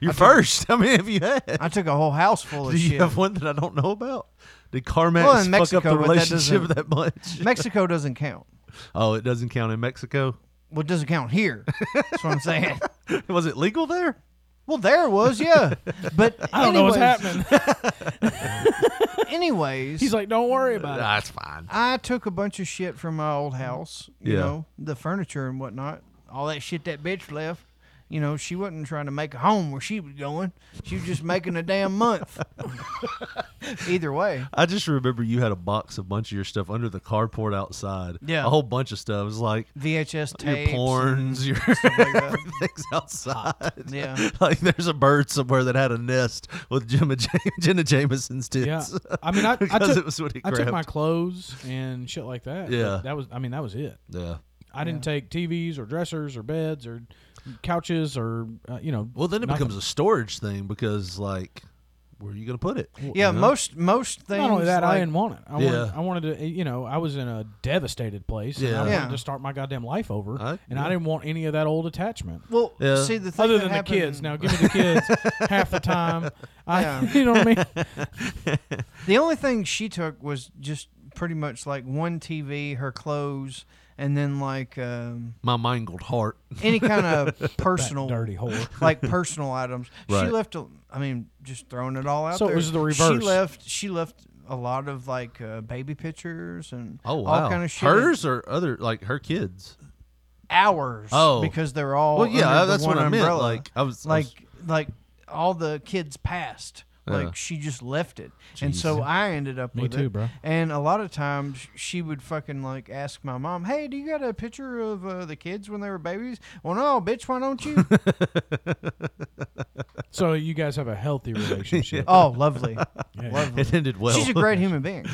E: you first. I mean, have you had?
G: I took a whole house full of
E: Do you
G: shit.
E: have one that I don't know about? Did CarMax
G: Well, in
E: fuck
G: Mexico,
E: up the
G: but that
E: relationship
G: doesn't-
E: that, much?
G: Mexico doesn't count.
E: oh, it doesn't count in Mexico.
G: Well, it doesn't count here. That's what I'm saying.
E: Was it legal there?
G: Well, there it was, yeah. But
J: I don't know what's
G: anyways-
J: happening.
G: Anyways,
J: He's like, don't worry about it.
E: That's fine.
G: I took a bunch of shit from my old house, you
E: Yeah.
G: know, the furniture and whatnot, all that shit that bitch left. You know, she wasn't trying to make a home where she was going. She was just making a damn month. Either way,
E: I just remember you had a box of bunch of your stuff under the carport outside.
G: Yeah.
E: a whole bunch of stuff. It was like
G: VHS tapes,
E: your porns, your
G: like that.
E: everything's outside.
G: and- yeah,
E: Like there's a bird somewhere that had a nest with Jim and Jam- Jenna Jameson's
J: Yeah,
E: tits.
J: I mean, I, I
E: Because
J: took
E: it was what he
J: I took my
E: grabbed.
J: clothes and shit like that. but
E: Yeah.
J: that was. I mean, that was it.
E: yeah.
J: I didn't take TVs or dressers or beds or couches or uh, you know.
E: Well, then it
J: nothing.
E: becomes a storage thing because like, where are you gonna put it?
G: yeah.
E: You know?
G: Most most things.
J: Not only that, I
G: like-
J: didn't want it. I,
E: Yeah.
J: wanted, I wanted to, you know, I was in a devastated place. And
E: Yeah.
J: I wanted
G: Yeah.
J: to start my goddamn life over,
E: I-
J: and I didn't want any of that old attachment.
G: Well,
E: Yeah.
G: see the thing
J: Other
G: that
J: than the
G: happened-
J: kids, now give me the kids half the time. I,
G: Yeah.
J: you know what I mean?
G: The only thing she took was just pretty much like one TV, her clothes, and then like um,
E: my mangled heart.
G: any kind of personal
J: Dirty whore.
G: like personal items. She
E: Right.
G: left. A, I mean, just throwing it all out.
J: So it
G: there.
J: was the
G: She
J: reverse.
G: left. She left a lot of like uh, baby pictures and
E: Oh wow!
G: all kind of shit.
E: Hers or other like her kids.
G: hours.
E: Oh.
G: because they're all.
E: well, yeah,
G: under the
E: that's
G: one
E: what I meant.
G: umbrella.
E: Like I was I
G: like
E: was-
G: like all the kids passed.
E: Yeah.
G: Like she just left it, and so
E: Jeez.
G: I ended up
J: Me
G: with
J: too,
G: it.
J: bro.
G: And a lot of times she would fucking like ask my mom, "Hey, do you got a picture of uh, the kids when they were babies?" Well, no, bitch, why don't you?
J: So you guys have a healthy relationship.
G: oh, lovely,
J: Yeah.
G: lovely.
E: it ended well.
G: She's a great human being.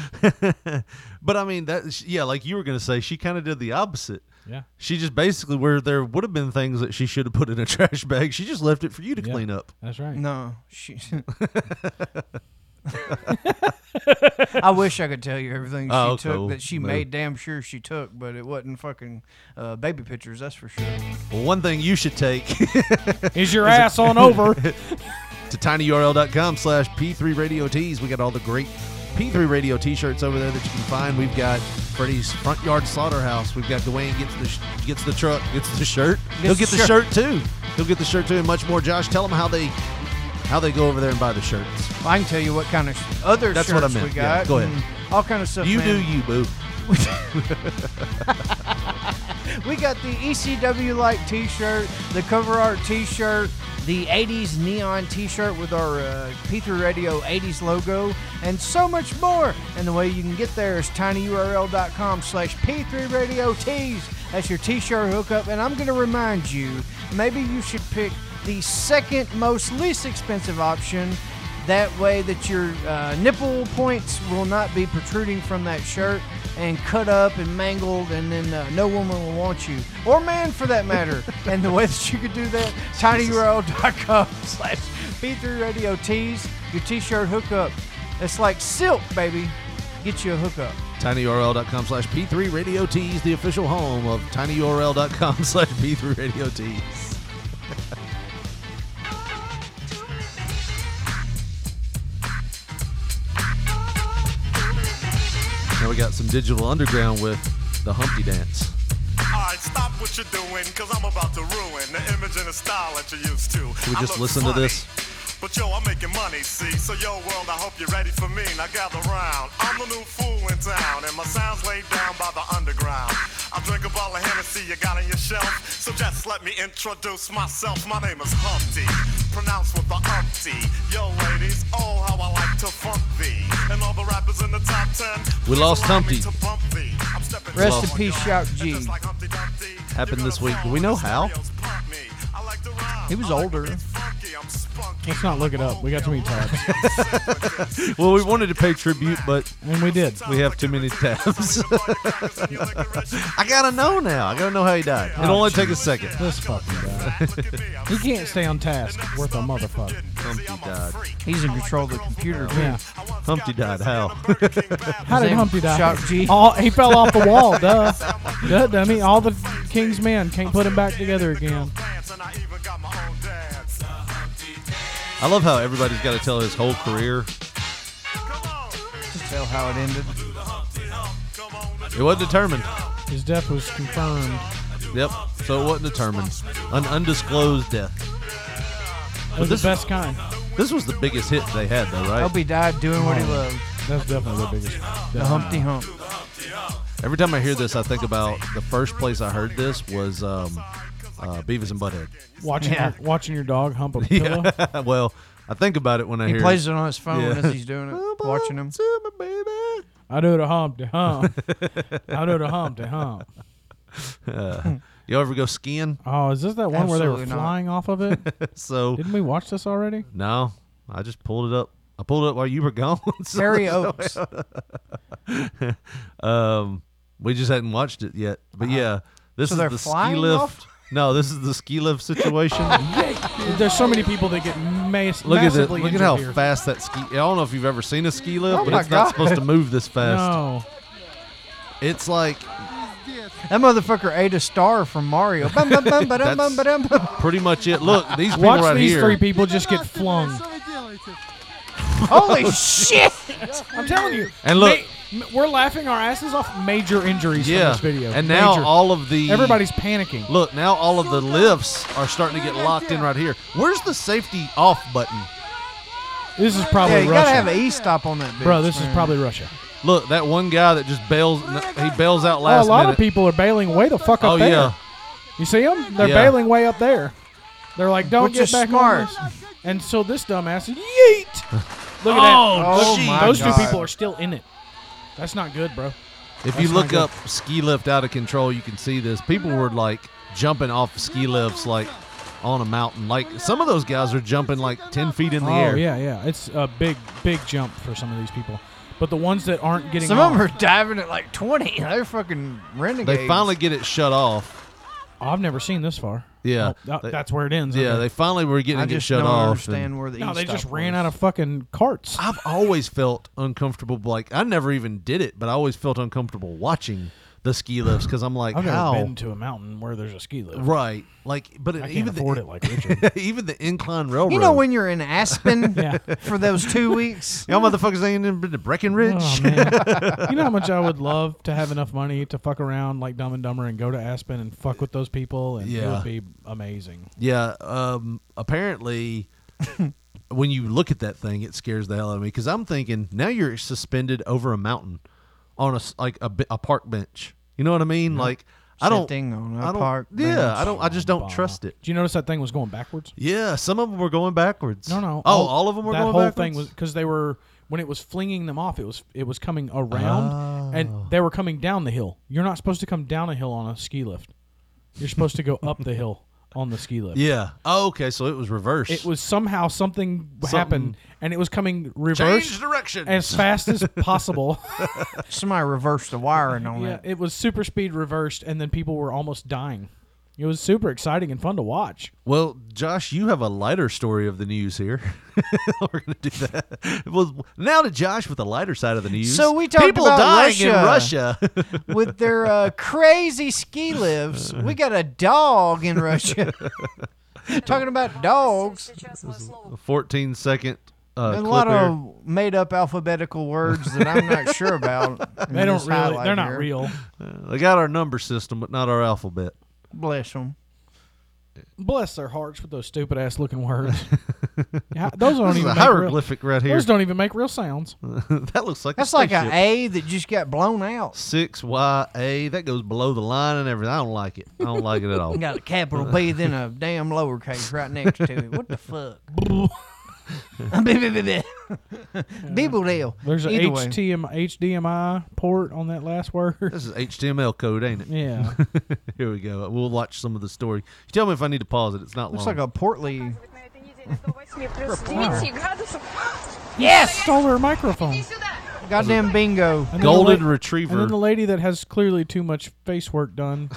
E: but I mean that. Yeah, like you were gonna say, she kind of did the opposite.
J: Yeah.
E: She just basically where there would have been things that she should have put in a trash bag. She just left it for you to
J: Yeah.
E: clean up.
J: That's right.
G: No, she. I wish I could tell you everything she
E: Oh,
G: took
E: cool.
G: that she
E: No.
G: made damn sure she took, but it wasn't fucking uh, baby pictures, that's for sure.
E: Well, one thing you should take
J: Is your ass on over?
E: to tinyurl.com slash p3 radio tees. We got all the great p3 radio t-shirts over there that you can find. We've got Freddie's front yard slaughterhouse. We've got Dwayne gets the sh- gets the truck, gets the shirt. He'll
G: the
E: get the shirt.
G: shirt.
E: too. He'll get the shirt too, and much more. Josh, tell them how they how they go over there and buy the shirts.
G: Well, I can tell you what kind of sh- other
E: That's what I
G: shirts we
E: meant. Yeah,
G: got.
E: go ahead.
G: and All kind of stuff.
E: you do
G: man.
E: you, boo.
G: We got the E ECW like T-shirt, the cover art T-shirt, the '80s neon T-shirt with our uh, P3 Radio '80s logo, and so much more. And the way you can get there is tinyurl.com/slash P3 Radio Tees. That's your T-shirt hookup. And I'm going to remind you, maybe you should pick the second most least expensive option. That way, that your uh, nipple points will not be protruding from that shirt. and cut up and mangled, and then uh, no woman will want you, or man for that matter. and the way that you could do that, tinyurl.com slash P3 Radio Tees, your t shirt hookup. It's like silk, baby. Get you a hookup.
E: tinyurl.com slash P3 Radio Tees, the official home of tinyurl.com slash P3 Radio Tees. Now we got some digital underground with the Humpty Dance.
K: Alright, stop what you're doing, cause I'm about to ruin the image and the style that you're used to.
E: Should we
K: I
E: just
K: look
E: listen to this?
K: But yo, I'm making money, see. So yo, world, I hope you're ready for me. Now gather round. I'm the new fool in town, and my sound's laid down by the underground. I drink a bottle of Hennessy you got on your shelf. So just let me introduce myself. My name is Humpty, pronounced with the umpty. Yo, ladies, oh how I like to funk thee. And all the rappers in the top ten.
E: We
K: please
E: lost
K: allow me
E: Humpty.
K: to bump thee. I'm stepping
E: Rest
K: tall
E: in
K: on
E: peace,
K: y'all,
E: Shout
K: and
E: G.
K: just like Humpty Dumpty,
E: Happened this week. Do we know how? He was older.
J: Let's not look it up. We got too many tabs.
E: well, we wanted to pay tribute, but
J: and we did.
E: We have too many tabs. I gotta know now. I gotta know how he died. It'll
J: Oh,
E: only take a
J: geez.
E: second.
J: This fucking guy. he can't stay on task. Worth a motherfucker.
E: Humpty died.
G: He's in control of the computer, too.
J: Yeah.
E: Humpty died. How?
J: How did
G: name
J: Humpty die?
G: Shock G.
J: All, he fell off the wall. Duh. Duh, dummy. All the king's men can't put him back together again.
E: I love how everybody's got to tell his whole career.
G: Just tell how it ended.
E: It wasn't determined.
J: His death was confirmed.
E: Yep. So it wasn't determined. An undisclosed death.
J: It was
E: this-
J: the best kind.
E: This was the biggest hit they had, though, right?
G: Hope he died doing what he
J: Oh.
G: loved.
J: That's definitely the biggest.
G: The Humpty Hump.
E: Every time I hear this, I think about the first place I heard this was um, uh, Beavis and Butthead.
J: Watching
G: Yeah.
J: your, watching your dog hump a pillow.
E: Yeah. well, I think about it when I
G: He
E: hear
G: plays
E: it.
G: it on his phone
E: Yeah.
G: as he's doing it, watching him.
J: I do the hump to hump. I do the hump to hump.
E: Uh, you ever go skiing?
J: Oh, is this that one where they
G: Absolutely
J: were
G: not.
J: flying off of it?
E: So
J: Didn't we watch this already?
E: no, I just pulled it up. I pulled it up while you were gone. so-
G: Harry Oaks.
E: Um, we just hadn't watched it yet, but yeah, this is
G: Uh-huh. So they're
E: the ski
G: flying
E: lift.
G: off?
E: No, this is the ski lift situation.
J: There's so many people that get mas-
E: look at the,
J: massively
E: look at
J: injured
E: how
J: here.
E: fast that ski. I don't know if you've ever seen a ski lift,
G: Oh
E: but
G: my
E: it's not
G: God.
E: supposed to move this fast.
J: No,
E: It's like
G: That motherfucker ate a star from Mario. Bum, bum, bum, ba-dum, bum, ba-dum, bum.
E: pretty much it. Look, these people
J: watch
E: right
J: these
E: here.
J: three people just get flung.
G: Holy shit!
J: I'm telling you.
E: And look-
J: ma- we're laughing our asses off. Major injuries
E: yeah,
J: from this video.
E: and now
J: Major.
E: all of the
J: everybody's panicking.
E: Look, now all of the lifts are starting to get locked in right here. Where's the safety off button?
J: This is
G: Yeah,
J: probably
G: you
J: Russia,
G: gotta have an e stop on that bitch.
J: bro. This is
G: man.
J: probably Russia.
E: Look, that one guy that just bails. He bails out
J: Oh, a
E: last
J: lot
E: minute.
J: of people are bailing way the fuck up
E: oh
J: there.
E: yeah,
J: You see them? They're
E: Yeah.
J: bailing way up there. They're like, don't
G: Which
J: get
G: is
J: back
G: smart.
J: on this. And so this dumbass, yeet! Look at that.
G: Oh,
E: Gee.
G: my
J: Those
G: God.
J: two people are still in it. That's not good, bro.
E: If you
J: That's
E: look
J: not
E: up ski lift out of control, you can see this. People were like jumping off ski lifts like on a mountain. Like some of those guys are jumping like ten feet in the
J: oh
E: air.
J: yeah, yeah. It's a big, big jump for some of these people. But the ones that aren't getting
G: Some
J: off,
G: of them are diving at like 20. They're fucking renegades.
E: They finally get it shut off.
J: Oh, I've never seen this far.
E: Yeah,
J: Oh, that-
E: They-
J: that's where it ends.
E: yeah.
J: okay.
E: They finally were getting
G: I
E: it
G: just
E: shut
G: don't
E: off.
G: understand
E: and-
G: where the
J: no, they
G: e-stop
J: just ran
G: was.
J: out of fucking carts.
E: I've always felt uncomfortable. Like I never even did it, but I always felt uncomfortable watching the ski lifts because I'm like,
J: I've never
E: how?
J: been to a mountain where there's a ski lift.
E: Right. Like, but
J: I can't
E: even
J: afford
E: the,
J: it like Richard. Oh,
E: even the incline railroad.
G: You know when you're in Aspen
J: Yeah.
G: for those two weeks?
E: y'all motherfuckers ain't even been to Breckenridge.
J: Oh, man. you know how much I would love to have enough money to fuck around like Dumb and Dumber and go to Aspen and fuck with those people, and
E: Yeah.
J: it would be amazing.
E: yeah. Um. Apparently, when you look at that thing, it scares the hell out of me because I'm thinking now you're suspended over a mountain on a s- like a, bi- a park bench. You know what I mean? Like I don't.
G: Sitting on a
E: I don't-
G: park
E: Yeah.
G: bench.
E: I don't. I just don't trust it.
J: Do you notice that thing was going backwards?
E: Yeah. Some of them were going backwards.
J: No, no.
E: Oh, all, of them were
J: that
E: going
J: whole
E: backwards.
J: thing was because they were when it was flinging them off. It was it was coming around,
E: Oh.
J: and they were coming down the hill. You're not supposed to come down a hill on a ski lift. You're supposed to go up the hill. on the ski lift.
E: Yeah. Oh, okay. So it was reversed.
J: It was somehow something,
E: Something-
J: happened, and it was coming reverse
E: Change directions.
J: as fast as possible.
G: Somebody reversed the wiring on
J: yeah,
G: it.
J: it was super speed reversed, and then people were almost dying. It was super exciting and fun to watch.
E: Well, Josh, you have a lighter story of the news here. We're going to do that. Well, now to Josh with the lighter side of the news.
G: So we talked
E: people
G: about
E: dying
G: Russia.
E: in Russia.
G: With their uh, crazy ski lifts, we got a dog in Russia. Talking about dogs,
E: A 14 second uh,
G: There's a
E: clip
G: lot
E: here.
G: of made up alphabetical words that I'm not sure about. in
J: They don't
G: this
J: really-
G: highlight
J: they're not
G: here.
J: real.
E: Uh, they got our number system, but not our alphabet.
G: Bless them.
J: Bless their hearts with those stupid ass looking words. Yeah, those
E: This
J: don't
E: is
J: even
E: a
J: make real-
E: hieroglyphic right here.
J: Those don't even make real sounds.
E: that looks like
G: That's
E: a
G: like an
E: spaceship.
G: A that just got blown out.
E: six Y A. That goes below the line and everything. I don't like it. I don't like it at all.
G: Got a capital B, then a damn lowercase right next to it. What the fuck? Bibble
J: There's a HTM, HDMI port on that last word.
E: This is HTML code, ain't it?
J: Yeah.
E: Here we go. We'll watch some of the story. You tell me if I need to pause it. It's not
G: Looks
E: long.
G: like a portly.
J: yes! Stole her microphone.
G: Goddamn bingo.
J: And then the
E: golden
J: la- And
E: retriever.
J: then the lady that has clearly too much face work done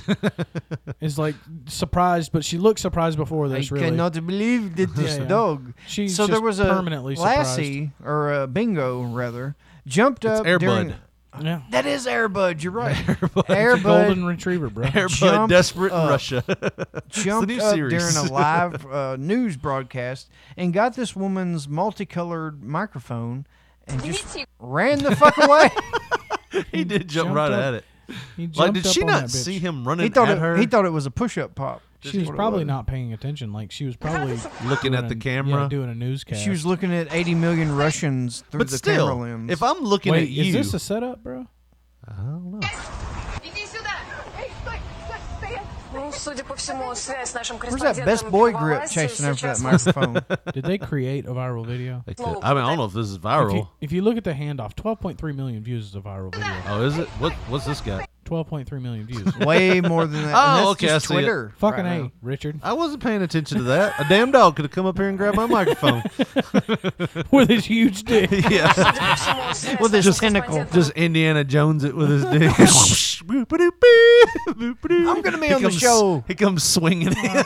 J: is like surprised, but she looked surprised before
G: I
J: this, really.
G: cannot believe that this
J: Yeah, yeah.
G: dog.
J: She's
G: so there
J: just
G: was a
J: permanently surprised.
G: lassie or a bingo rather jumped up.
E: Air
G: during-
E: Bud.
J: yeah.
G: That is Airbud. You're right.
J: It's a golden
G: Airbud
J: retriever, bro.
E: Air Bud
G: jumped
E: desperate in
G: up.
E: Russia.
G: jumped
E: new
G: up
E: series.
G: during a live uh, news broadcast and got this woman's multicolored microphone and just ran the fuck away.
E: he did jump
J: jumped
E: right
J: up.
E: at it.
J: He
E: Like,
J: jumped
E: did
J: up
E: she
J: on
E: not
J: that
E: see
J: bitch.
E: him running
G: he thought
E: at
G: it,
E: her?
G: he thought it was a push-up pop.
J: She was probably not paying attention. Like she was probably
E: Looking at
J: doing
E: the
J: a- yeah,
E: camera.
J: doing a newscast.
G: She was looking at 80 million Russians through
E: but
G: the camera
E: still,
G: lens.
E: if I'm looking
J: Wait,
E: at you,
J: is this a setup, bro?
E: I don't know.
G: Where's that best boy grip chasing over that microphone?
J: Did they create a viral video?
E: It could- I mean, I don't know if this is
J: If you,
E: viral.
J: if you look at the handoff, 12.3 million views is a viral video.
E: Oh, is it? What? What's this guy?
J: 12.3 million views.
G: Way more than that.
E: Oh,
G: and that's
E: okay,
G: Just
E: I see it.
G: Twitter. right
J: Fucking
G: now.
J: A, Richard.
E: I wasn't paying attention to that. A damn dog could have come up here and grabbed my microphone.
J: With his huge dick.
E: yeah,
G: With his tentacle.
E: just Indiana Jones it with his dick. I'm
G: I'm gonna be on the show.
E: He comes swinging in.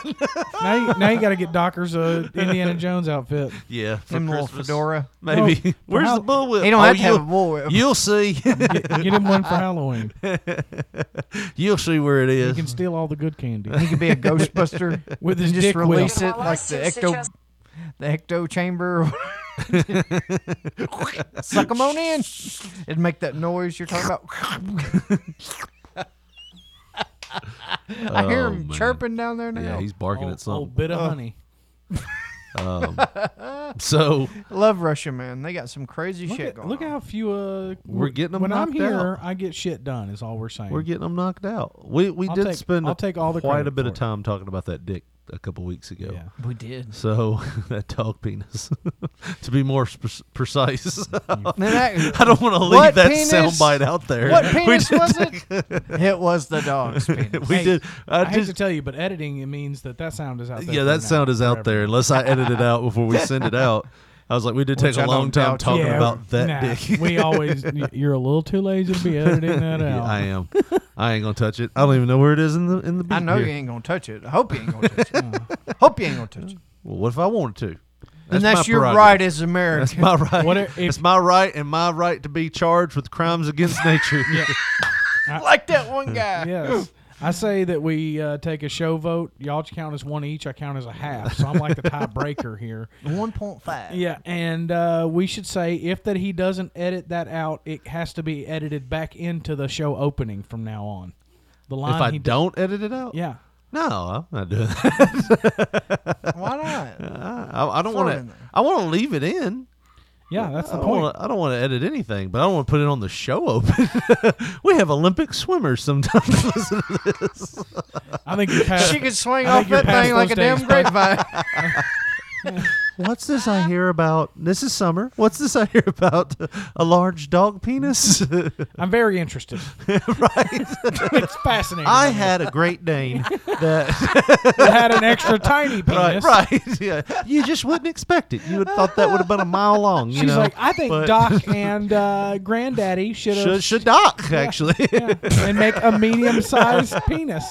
J: now you, now you got to get Docker's uh, Indiana Jones outfit.
E: Yeah, for
G: Him little
E: Christmas.
G: fedora.
E: Maybe.
J: No, for
E: Where's
J: how-
E: the bullwhip? Oh,
G: He don't have to have
E: you'll-
G: a bullwhip.
E: You'll see.
J: Get, get him one for Halloween.
E: you'll see where it
J: He
E: is.
J: can steal all the good candy.
G: He could be a Ghostbuster.
J: With his
G: and just
J: dick whip.
G: release it like the ecto, the ecto chamber. Suck them on in. It'd make that noise you're talking about. I
E: Oh,
G: hear him
E: man.
G: chirping down there now.
E: Yeah, he's barking
J: Old,
E: at
J: old
E: something. Oh,
J: bit of honey.
E: So
G: Love Russia, man. They got some crazy
J: Look,
G: shit
J: at,
G: going
J: look
G: on.
J: how few. Uh,
E: We're getting 'em
J: When I'm
E: knocked
J: here, I get shit done. Is all we're saying.
E: we're getting them knocked out. We we
J: I'll
E: did
J: take-
E: spend
J: I'll take all the
E: quite a
J: credit
E: bit of
J: for it.
E: time talking about that dick a couple weeks ago.
J: Yeah.
G: we did.
E: So that dog penis, to be more sp- precise, I
G: That,
E: don't want to leave
G: What
E: that
G: penis?
E: soundbite out there.
G: what
E: We
G: penis
E: did-
G: was it? it was the dog's penis.
E: We
J: Hey,
E: did.
J: I,
E: I,
J: hate to
E: just.
J: tell you, but editing it means that that sound is out there.
E: Yeah,
J: for
E: that
J: now,
E: sound is out
J: forever.
E: there. Unless I edit it out before we send it out. I was like, we did take
G: Which
E: a
G: I
E: long
G: don't
E: time
G: doubt.
E: talking
J: Yeah,
E: about that
J: nah,
E: dick.
J: we always. y- You're a little too lazy to be editing that
E: Yeah,
J: out.
E: I am. I ain't gonna touch it. I don't even know where it is in the in the.
G: I
E: beat
G: know
E: here.
G: you ain't gonna touch it. I hope you ain't gonna touch it. Mm. hope you ain't gonna touch it.
E: Well, what if I wanted to?
G: and
E: my
G: that's your
E: prerogative.
G: right as
E: That's
G: American.
E: my right.
J: What if-
E: it's my right and my right to be charged with crimes against nature.
G: like that one guy.
J: Yes. I say that we uh, take a show vote. Y'all count as one each. I count as a half. So I'm like the tiebreaker here.
G: One point five.
J: Yeah, and uh, we should say if that he doesn't edit that out, it has to be edited back into the show opening from now on. The line
E: If I
J: he
E: don't edit it out,
J: yeah,
E: no, I'm not doing that.
G: Why not?
E: I, I don't
G: Throw it
E: want
G: in
E: to.
G: there.
E: I want to leave it in.
J: yeah, that's the
E: I don't
J: point.
E: wanna- I don't want to edit anything, but I don't want to put it on the show open. we have Olympic swimmers sometimes. listen to this.
J: I think you passed.
G: She could swing
J: I
G: off
J: think you're
G: that thing
J: past
G: like a damn
J: those days, bud.
G: grapevine.
E: What's this I hear about? This is summer. What's this I hear about? A large dog penis?
J: I'm very interested.
E: right?
J: it's fascinating.
E: I had a Great Dane that
J: had an extra tiny penis.
E: Right, right. Yeah. You just wouldn't expect it. You would have thought that would have been a mile long. you
J: She's
E: know?
J: like, I think
E: But-
J: Doc and uh, Granddaddy should have
E: should, should dock actually.
J: and make a medium-sized penis.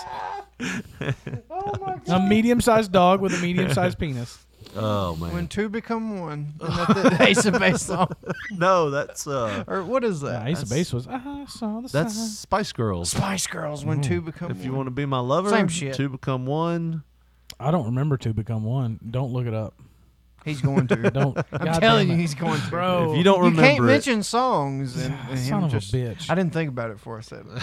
J: A medium-sized dog with a medium-sized penis.
E: Oh man.
G: When two become one. Isn't that the Ace of Base song?
E: no, that's uh,
G: Or what is that?
J: Ace
G: That's-
J: of Base was. I saw the
E: that's
G: Uh-huh.
J: sign."
E: Spice Girls.
G: Spice Girls. When
J: Mm-hmm.
G: two become
E: If you
G: one.
E: want to be my lover,
G: Same shit.
E: Two become one.
J: I don't remember to become one. Don't look it up.
G: he's going to.
J: Don't.
G: I'm
J: God
G: telling
J: damn
G: you,
J: it.
G: he's going to.
J: bro.
E: If you don't
G: You
E: remember,
G: can't
E: it-
G: mention songs and, and
J: Son
G: him
J: of a
G: just.
J: bitch.
G: I didn't think about it for a second.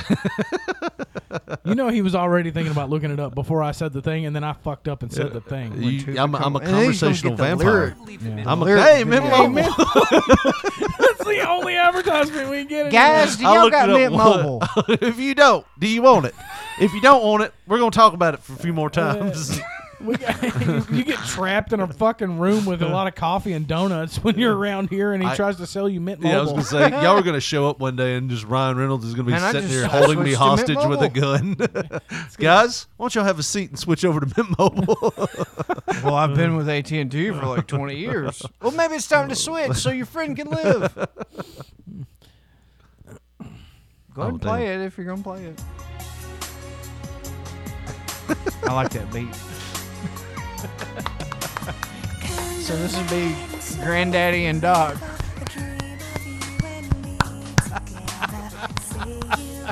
J: You know he was already thinking about looking it up before I said the thing, and then I fucked up and said the thing.
E: You-
G: two
E: I'm, a- I'm a
G: become- and then he's
E: conversational
G: gonna get the
E: vampire. I'm a
G: Lyric
E: hey,
G: video.
E: remember
G: Hey,
E: my-
J: That's the only advertisement we get.
G: Guys, do
E: I
G: y'all
E: looked
G: got
E: it up
G: Mint Mobile?
E: once. if you don't, do you want it? If you don't want it, we're gonna talk about it for a few more times.
J: We got- you get trapped in a fucking room with a lot of coffee and donuts when you're around here, and he
E: I-
J: tries to sell you Mint Mobile.
E: yeah, I was gonna say y'all are gonna show up one day and just Ryan Reynolds is gonna be
G: Man, I
E: sitting
G: just-
E: there
G: I
E: holding me
G: switched to Mint
E: hostage with a gun. Guys, why don't y'all have a seat and switch over to Mint Mobile?
G: Well, I've been with AT and T for like 20 years. Well, maybe it's time to switch so your friend can live. Go ahead
E: Oh,
G: and play it if you're gonna play it. I like that beat. so this would be Granddaddy and Doc.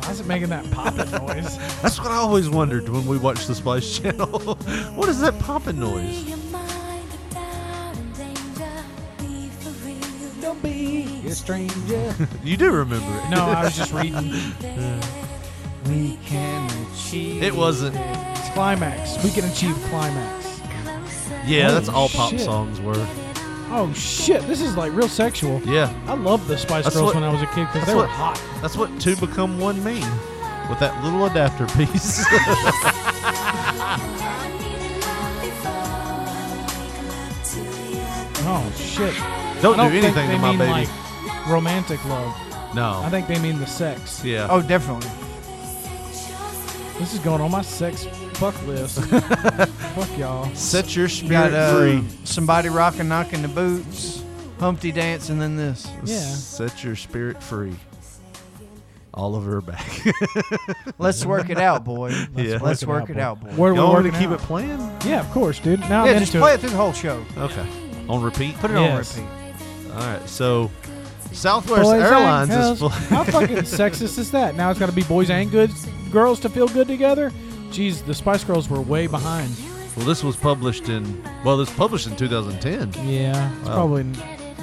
J: How's it making that popping noise?
E: That's what I always wondered when we watched the Splash Channel. what is that popping noise?
J: Don't be a stranger.
E: You do remember it.
J: No, I was just reading
G: We can achieve.
E: It wasn't.
J: climax. We can achieve climax.
E: Yeah,
J: Oh,
E: that's all pop
J: shit.
E: songs were.
J: Oh shit, this is like real sexual.
E: Yeah.
J: I loved the Spice
E: That's what-
J: Girls when I was a kid because
E: that's
J: they were
E: what-
J: hot.
E: That's what two become one mean with that little adapter piece.
J: Oh shit.
E: Don't,
J: I
E: do anything
J: think
E: to
J: they
E: my
J: mean
E: baby.
J: like romantic love.
E: no.
J: I think they mean the sex.
E: yeah.
G: Oh, definitely.
J: This is going on my sex fuck list. fuck y'all.
E: Set your
G: You
E: spirit
G: got uh,
E: free.
G: somebody rocking, knocking the boots, Humpty dance, and then this.
J: Yeah.
E: Set your spirit free. Oliver back.
G: Let's work it out, boy. Let's,
E: Yeah.
G: let's work it out, boy.
J: Where
E: Y'all
J: we're
E: want
J: to
E: me to keep it playing?
J: Yeah, of course, dude. Now I'm
G: yeah, just
J: into
G: play
J: it.
G: it through the whole show.
E: Okay. On repeat.
G: Put it
J: Yes.
G: on repeat.
E: All right. So Southwest
J: Boys and
E: Airlines
J: girls.
E: is
J: How fucking sexist is that? Now it's got to be boys and good girls to feel good together. Jeez, the Spice Girls were way behind.
E: Well, this was published in well, this published in 2010,
J: Yeah, it's
E: Wow.
J: probably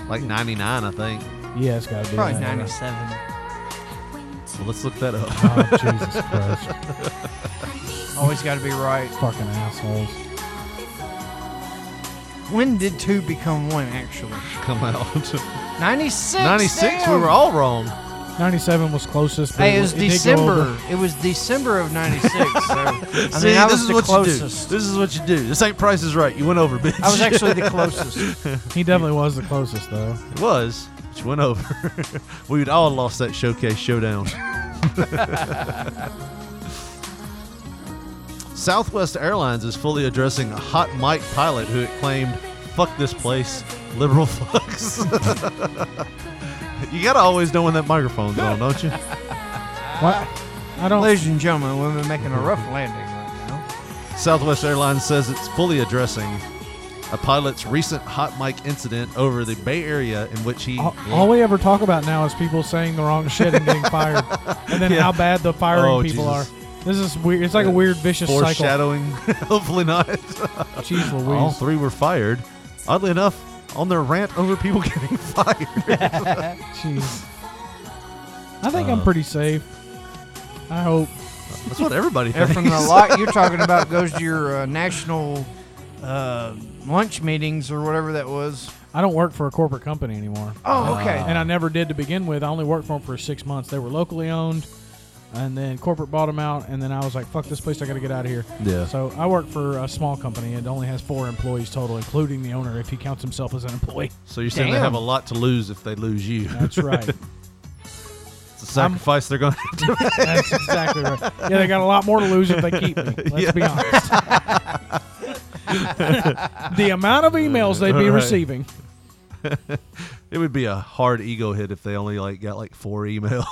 E: like 99, I think.
J: yeah, it's got to be
G: Probably
J: that.
G: 97.
E: So let's look that up.
J: Oh, Jesus Christ.
G: Always got to be right.
J: Fucking assholes.
G: When did two become one, actually?
E: Come out.
G: 96.
E: 96. We
G: damn!
E: were all wrong.
J: 97 was closest. but
G: Hey, it was
J: did go
G: December.
J: over.
G: It was December of 96. so, I mean,
E: See,
G: I
E: this
G: was
E: is
G: the
E: what
G: closest.
E: you do. This is what you do. This ain't Price is Right. You went over, bitch.
G: I was actually the closest.
J: He definitely was the closest, though.
E: it was. But you went over. we would all lost that showcase showdown. Southwest Airlines is fully addressing a hot mic pilot who it claimed, "Fuck this place, liberal fucks." you gotta always know when that microphone's on, don't you?
J: What? I don't.
G: Ladies and gentlemen, we're making a rough landing right now.
E: Southwest Airlines says it's fully addressing a pilot's recent hot mic incident over the Bay Area in which he.
J: All, all we ever talk about now is people saying the wrong shit and getting fired, and then how bad the firing
E: Oh,
J: people
E: Jesus.
J: are. This is weird. It's like a weird vicious cycle.
E: foreshadowing. Hopefully not.
J: Jeez Louise.
E: All three were fired. Oddly enough, on their rant over people getting fired.
J: Jeez. I think
E: Uh.
J: I'm pretty safe. I hope.
E: That's what everybody thinks.
G: From the lot you're talking about goes to your uh, national uh, lunch meetings or whatever that was.
J: I don't work for a corporate company anymore.
G: Oh, okay.
J: and I never did to begin with. I only worked for them for six months. They were locally owned. and then corporate bought them out, and then I was like, "Fuck this place! I got to get out of here."
E: Yeah.
J: So I work for a small company. It only has four employees total, including the owner, if he counts himself as an employee.
E: So you're saying they have a lot to lose if they lose you.
J: That's right.
E: it's a sacrifice they're going to have to make.
J: That's exactly right. Yeah, they got a lot more to lose if they keep me. Let's
E: Yeah.
J: be honest. the amount of emails they'd be
E: Right.
J: receiving.
E: it would be a hard ego hit if they only like got like four emails.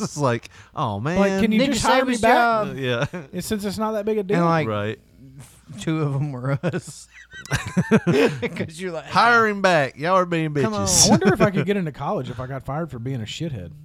E: it's like, oh man,
J: Like, can you
G: Did
J: just
G: you save
J: hire me
G: his
J: back?
G: job?
E: Yeah,
J: And since it's not that big a deal,
G: And like
E: right.
G: two of them were us. Because you're like,
E: Hire him back. Y'all are being
G: Come on.
J: I
E: bitches.
J: wonder if I could get into college if I got fired for being a shithead.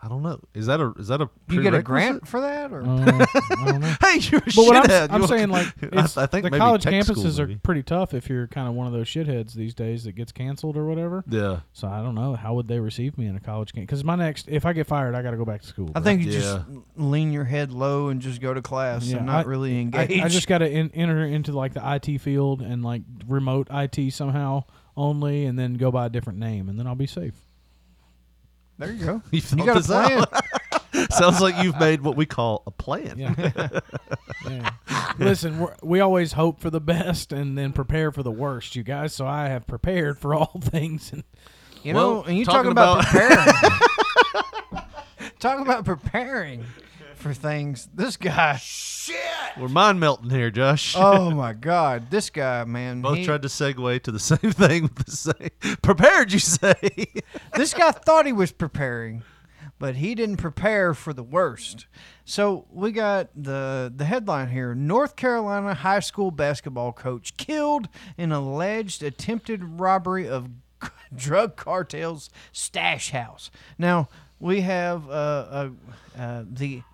E: I don't know. Is that a is that a
G: you get a
E: prerequisite?
G: grant for that, or
J: Uh, I don't know.
E: Hey, you're a
J: But what I'm,
E: shithead.
J: I'm
E: You-
J: saying, like,
E: I,
J: it's,
E: I think
J: the
E: maybe
J: college
E: tech school,
J: campuses are
E: maybe.
J: pretty tough if you're kind of one of those shitheads these days that gets canceled or whatever.
E: Yeah,
J: So I don't know how would they receive me in a college campus? Because my next, if I get fired, I got to go back to school.
G: I
J: bro.
G: think you
E: Yeah.
G: just lean your head low and just go to class
J: Yeah,
G: and not
J: I-
G: really
J: I,
G: engage.
J: I just got to in, enter into like the IT field and like remote IT somehow only, and then go by a different name, and then I'll be safe.
G: there you go.
E: You
G: you
E: thought
G: got a
E: this out?
G: plan.
E: sounds like you've made what we call a plan.
J: Yeah. yeah. Listen, we're, we always hope for the best and then prepare for the worst, you guys. So I have prepared for all things. And
G: You
E: Well,
G: know, and you
E: talking
G: talking, about,
E: about-
G: preparing. talking about preparing for things. This guy.
E: We're mind melting here, Josh.
G: Oh my God, this guy, man.
E: Both
G: he-
E: tried to segue to the same thing with the same. Prepared, you say?
G: this guy thought he was preparing, but he didn't prepare for the worst. So we got the the headline here: North Carolina high school basketball coach killed in alleged attempted robbery of drug cartel's stash house. Now we have uh, uh, uh, the.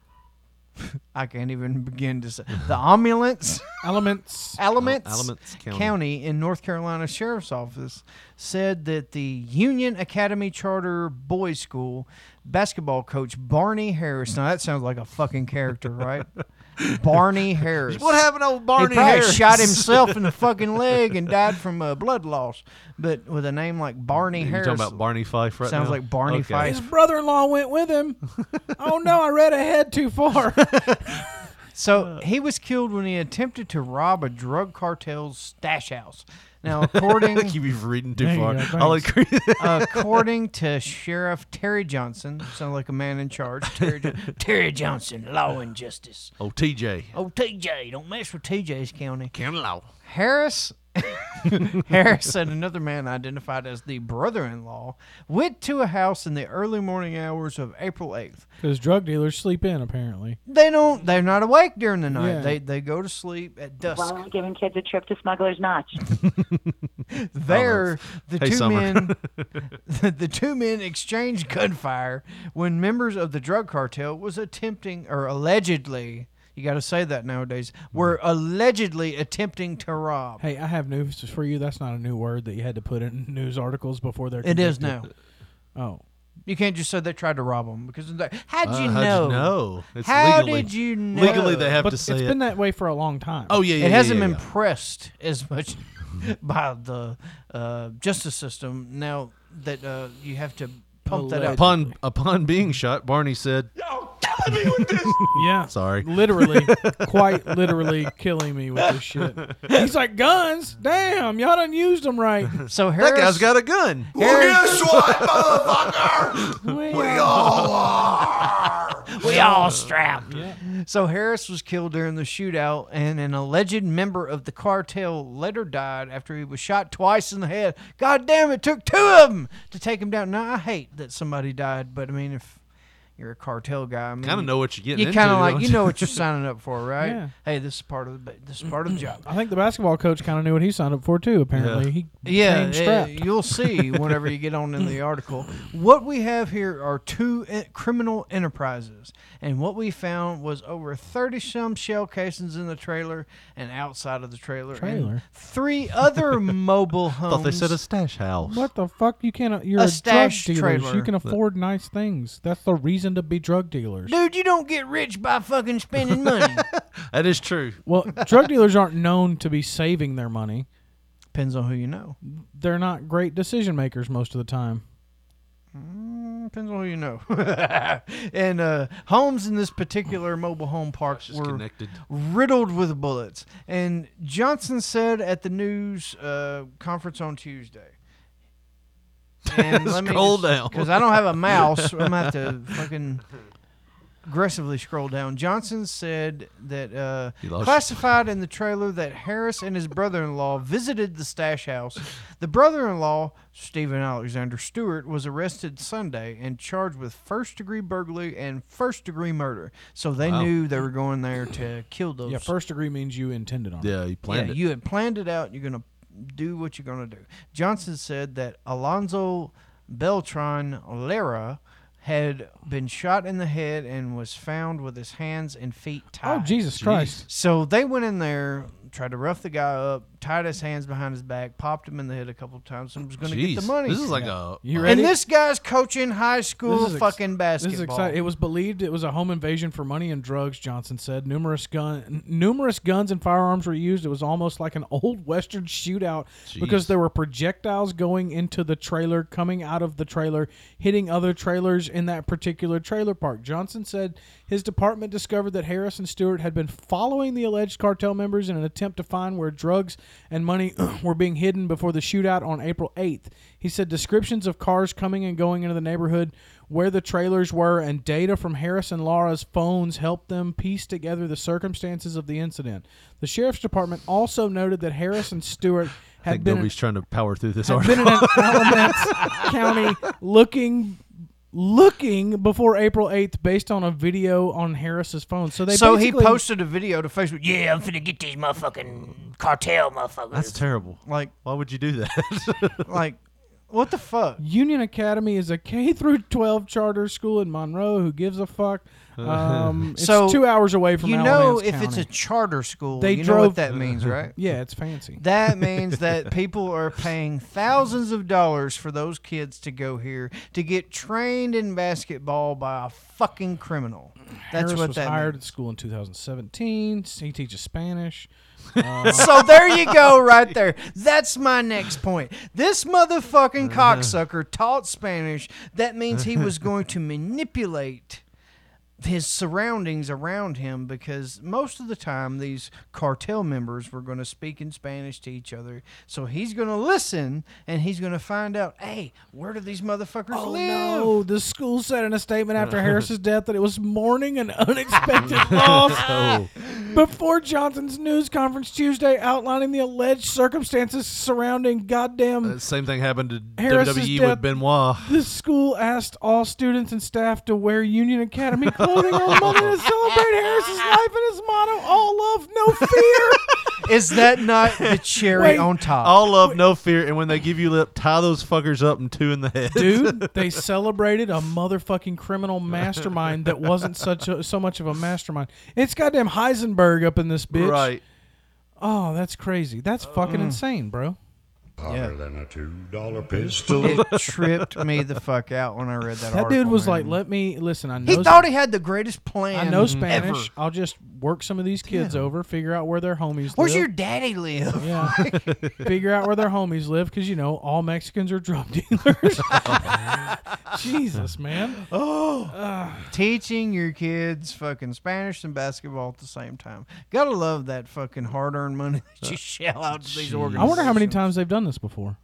G: I can't even begin to say the ambulance.
J: elements.
G: Alamance,
E: Al- Alamance Oh, County.
G: in North Carolina Sheriff's Office said that the Union Academy Charter Boys School basketball coach Barney Harris. Now that sounds like a fucking character, right? Barney Harris.
E: what happened, old
G: He
E: Barney?
G: probably
E: Harris?
G: shot himself in the fucking leg and died from uh, blood loss. But with a name like Barney
E: You
G: Harris,
E: talking about Barney Fife right
G: Sounds
E: now?
G: like Barney
J: His
G: Fife.
J: brother-in-law went with him. oh no, I read ahead too far.
G: So he was killed when he attempted to rob a drug cartel's stash house. Now, according
E: I think you've been reading too
J: There you
E: far.
J: go,
E: I'll agree.
G: According to Sheriff Terry Johnson, sound like a man in charge. Terry, Jo- Terry Johnson, law and justice.
E: oh, TJ.
G: Oh, TJ, don't mess with TJ's county.
E: County law.
G: Harris, Harris, and another man identified as the brother-in-law went to a house in the early morning hours of April eighth.
J: Because drug dealers sleep in apparently.
G: They don't. They're not awake during the night.
J: Yeah.
G: They they go to sleep at dusk.
I: While giving kids a trip to Smuggler's Notch.
G: There, the
E: Hey,
G: two
E: Summer.
G: men, the, two men exchanged gunfire when members of the drug cartel was attempting, or allegedly, you got to say that nowadays, were
E: Mm.
G: allegedly attempting to rob.
J: Hey, I have news for you. That's not a new word that you had to put in news articles before they're.
G: it is
J: convicted.
G: now.
J: Oh,
G: You can't just say they tried to rob them because they're like, how'd you
E: Uh, how'd
G: know?
E: you know? It's
G: How
E: legally-
G: did you know?
E: Legally, they have
J: but
E: to
J: it's
E: say
J: been
E: it.
J: that way for a long time.
E: oh yeah, yeah.
G: it
E: yeah,
G: hasn't
E: yeah,
G: been
E: yeah.
G: pressed as much by the uh, justice system now that uh, you have to pump that up.
E: Upon upon being shot, Barney said,
J: yeah.
E: "Sorry."
J: literally, quite literally killing me with this shit. He's like, guns? Damn, y'all done used them right.
G: So Harris,
E: That guy's got a gun.
K: Guess what, motherfucker?
G: we all strapped. So Harris was killed during the shootout, and an alleged member of the cartel later died after he was shot twice in the head. God damn it! Took two of them to take him down. Now I hate that somebody died, but I mean, if you're a cartel guy, I mean,
E: Kind of know what you're getting
G: You
E: into.
G: kind of like
E: don't
G: you know what you're signing up for, right?
J: Yeah.
G: Hey, this is part of the ba- this is part of the job.
J: I think the basketball coach kind of knew what he signed up for too. Apparently, he
G: Yeah, eh,
J: became
G: yeah,
J: strapped.
G: you'll see whenever you get on in the article. What we have here are two en- criminal enterprises, and what we found was over thirty some shell casings in the trailer and outside of the trailer, and
J: Trailer?
G: three other mobile homes.
E: Thought they said a stash house.
J: What the fuck? You can't. You're
G: A
J: a, drug
G: stash
J: dealer.
G: trailer.
J: You can afford nice things. That's the reason to be drug dealers.
G: Dude, you don't get rich by fucking spending money.
E: That is true.
J: Well, drug dealers aren't known to be saving their money.
G: Depends on who you know.
J: They're not great decision makers most of the time.
G: Mm, depends on who you know. and uh, homes in this particular mobile home park were
E: connected.
G: riddled with bullets. And Johnson said at the news uh, conference on Tuesday.
E: Scroll down.
G: because I don't have a mouse. I'm gonna have to fucking aggressively scroll down. Johnson said that uh,
E: You lost-
G: classified in the trailer that Harris and his brother-in-law visited the stash house. The brother-in-law, Stephen Alexander Stewart, was arrested Sunday and charged with first-degree burglary and first-degree murder. So they
J: Wow.
G: knew they were going there to kill those.
J: Yeah, first degree means you intended on it.
E: Yeah, you
G: yeah, you had planned it out. You're gonna do what you're gonna do. Johnson said that Alonzo Beltran Lera had been shot in the head and was found with his hands and feet tied.
J: Oh, Jesus Jeez. Christ.
G: So they went in there, tried to rough the guy up, tied his hands behind his back, popped him in the head a couple times, and was going to get the
E: Jeez,
G: money.
E: this is like a-
J: You ready?
G: And this guy's coaching high school
J: This is ex-
G: fucking
J: this
G: basketball.
J: is exciting. It was believed it was a home invasion for money and drugs. Johnson said numerous gun, n- numerous guns and firearms were used. It was almost like an old western shootout because
E: Jeez.
J: there were projectiles going into the trailer, coming out of the trailer, hitting other trailers in that particular trailer park. Johnson said his department discovered that Harris and Stewart had been following the alleged cartel members in an attempt to find where drugs and money were being hidden before the shootout on April 8th. He said descriptions of cars coming and going into the neighborhood where the trailers were and data from Harris and Laura's phones helped them piece together the circumstances of the incident. The sheriff's department also noted that Harris and Stewart
E: I
J: had
E: think
J: been in-
E: nobody's trying to power through this
J: had been
E: article.
J: in Alamance County looking looking before April 8th based on a video on Harris's phone. So they
G: so he
J: basically-
G: posted a video to Facebook. Yeah, I'm finna get these motherfucking cartel motherfuckers.
E: That's terrible.
G: Like,
E: why would you do that?
G: like what the fuck?
J: Union Academy is a K through 12 charter school in Monroe. Who gives a fuck? Um, it's
G: Uh, So,
J: two hours away from
G: you know
J: Alamance
G: if it's
J: County.
G: a charter school,
J: They
G: you know
J: drove-
G: what that means, right?
J: Yeah, it's fancy.
G: That means that people are paying thousands of dollars for those kids to go here to get trained in basketball by a fucking criminal. That's
J: Harris
G: what
J: was
G: that
J: hired
G: means.
J: at school in 2017. He teaches Spanish. Uh,
G: so there you go, right there. That's my next point. This motherfucking cocksucker taught Spanish. That means he was going to manipulate his surroundings around him because most of the time these cartel members were going to speak in Spanish to each other. So he's going to listen and he's going to find out, hey, where do these motherfuckers
J: Oh
G: live?
J: no! The school said in a statement after Harris's death that it was mourning an unexpected
E: Oh.
J: loss. Before Johnson's news conference Tuesday, outlining the alleged circumstances surrounding goddamn
E: Uh, Same thing happened to
J: Harris's
E: WWE
J: death-
E: with Benoit.
J: the school asked all students and staff to wear Union Academy clothing on Monday to celebrate Harris's life and his motto: "All love, no fear."
G: Is that not the cherry
J: Wait.
G: on top?
E: All love, no fear. And when they give you lip, tie those fuckers up and two in the head.
J: Dude, they celebrated a motherfucking criminal mastermind that wasn't such a, so much of a mastermind. It's goddamn Heisenberg up in this bitch.
E: Right.
J: Oh, that's crazy. That's fucking insane, bro.
G: Yeah.
L: than a two dollar pistol.
G: It tripped me the fuck out when I read that.
J: That dude
G: article,
J: was
G: man.
J: like, "Let me listen. I know
G: He thought he had the greatest plan.
J: I know
G: ever.
J: Spanish. I'll just work some of these kids over, figure out where their homies
G: Where's your
J: live.
G: daddy live?
J: yeah. figure out where their homies live because you know all Mexicans are drug dealers. Jesus, man.
G: Oh, teaching your kids fucking Spanish and basketball at the same time. Gotta love that fucking hard-earned money that you shell out to these organizations.
J: I wonder how many times they've done this before.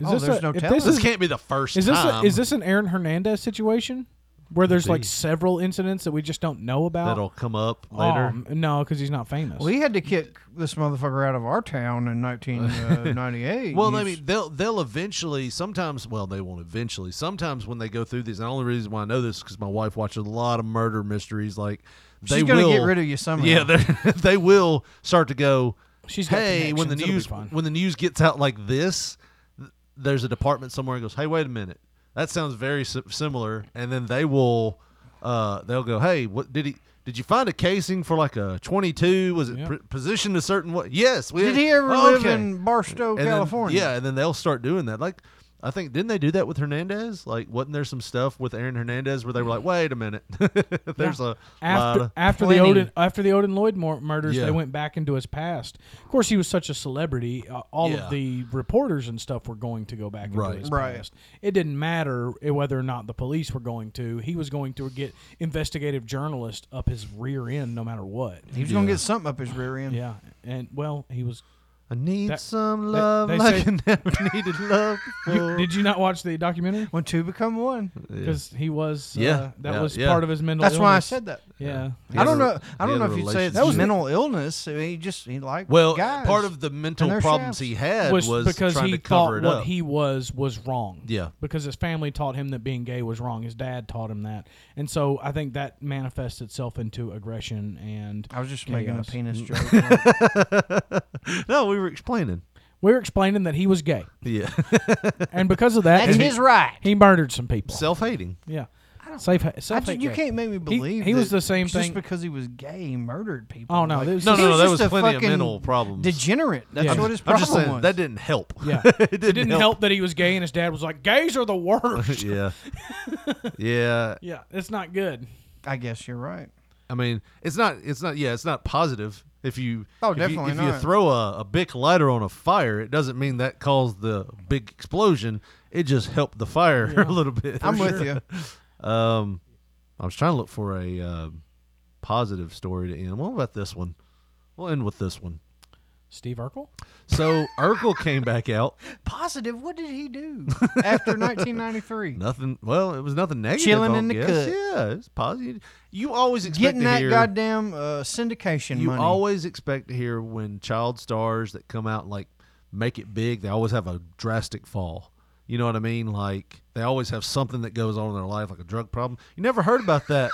J: Is
G: Oh,
J: this
G: there's
J: a-
G: no
J: if
G: telling.
J: this
E: This
J: is,
E: can't be the first
J: is this a,
E: time.
J: is this an Aaron Hernandez situation where there's like
E: Um, Maybe.
J: several incidents that we just don't know about?
E: That'll come up
J: Oh,
E: later.
J: m- no, because he's not famous.
G: We had to kick this motherfucker out of our town in 1998.
E: Well, I
G: He's-
E: mean, they'll they'll eventually. Sometimes, well, they won't eventually. Sometimes when they go through these, and the only reason why I know this is because my wife watches a lot of murder mysteries. Like
G: She's
E: they
G: gonna
E: will
G: get rid of you somehow.
E: Yeah, they're- they will start to go.
J: She's got
E: hey, when the
J: connections, it'll be
E: news
J: fine."
E: when the news gets out like this, th- there's a department somewhere and goes, hey, wait a minute, that sounds very si- similar, and then they will, uh, they'll go, hey, what did he? Did you find a casing for like a 22? Was it
J: Yeah.
E: pre- positioned a certain way? Yes. We
G: did he ever
E: Oh, okay.
G: live in Barstow,
E: And then-
G: California?
E: yeah, and then they'll start doing that. Like I think didn't they do that with Hernandez? Like, wasn't there some stuff with Aaron Hernandez where they were like, "Wait a minute, there's a
J: Yeah.
E: lot
J: after
E: of
J: after the
E: Plenty.
J: Odin after the Odin Lloyd mor- murders,
E: Yeah.
J: they went back into his past. Of course, he was such a celebrity. Uh, all
E: Yeah.
J: of the reporters and stuff were going to go back into
E: Right.
J: his
E: Right.
J: past. It didn't matter i- whether or not the police were going to. He was going to get investigative journalists up his rear end, no matter what.
G: He was gonna get something up his rear end.
J: Yeah, and well, he was.
E: I need some
J: they-
E: love
J: they
E: like
J: say-
E: I never needed love.
J: You-
E: before.
J: did you not watch the documentary?
G: When two become one,
E: Yeah.
J: because he was.
E: Yeah,
J: uh, that
E: yeah,
J: was
E: yeah.
J: part of his mental.
G: That's why I
J: illness.
G: said that.
J: Yeah,
G: I don't know. I
E: he had
G: don't know
E: a
G: if you'd say
E: relationship.
G: it's
E: That was-
G: mental illness. I mean, he just he liked
E: Well, uh,
G: guys
E: part of the mental
G: and their
E: problems
G: shafts.
E: he had was,
J: because
E: trying
J: he
E: to cover
J: thought
E: it
J: what
E: up.
J: he was was wrong.
E: Yeah.
J: because his family taught him that being gay was wrong. His dad taught him that, and so I think that manifests itself into aggression and.
G: I was just making a
J: chaos.
G: penis joke.
E: no, we were explaining.
J: We were explaining that he was gay,
E: Yeah,
J: and because of that,
G: That's
J: he-
G: his right.
J: He murdered some people.
E: self-hating.
J: yeah, safe.
G: I
J: self
G: just, you can't make me believe
J: he, was
G: that
J: the same
G: just
J: thing.
G: because he was gay, he murdered people.
J: Oh, no,
G: Like,
J: there was
E: No,
J: just-
E: no, no.
J: He was
E: That
J: just
E: was
J: a
E: plenty of
G: fucking
E: mental problems.
G: Degenerate. That's
E: I'm-
G: what his
E: I'm
G: problem
E: just saying
G: was.
E: that didn't help.
J: yeah,
E: it didn't,
J: help. that he was gay, and his dad was like, "Gays are the worst."
E: yeah, yeah.
J: yeah, it's not good.
G: I guess you're right.
E: I mean, it's not. It's not. Yeah, it's not positive. If you
G: Oh,
E: if
G: definitely
E: you, if you
G: not.
E: throw a, a big lighter on a fire, it doesn't mean that caused the big explosion. It just helped the fire
J: Yeah.
E: a little bit.
G: I'm with you.
E: Um, I was trying to look for a uh, positive story to end. What about this one? We'll end with this one.
J: Steve Urkel.
E: So Urkel came back out.
G: Positive. What did he do after 1993?
E: Nothing. Well, it was nothing negative.
G: Chilling
E: I
G: in the
E: guess.
G: cut.
E: Yeah, it's positive. You always expect
G: Getting
E: to
G: that
E: hear,
G: goddamn uh, syndication
E: You
G: money.
E: always expect to hear when child stars that come out and, like make it big, they always have a drastic fall. You know what I mean? Like they always have something that goes on in their life, like a drug problem. You never heard about that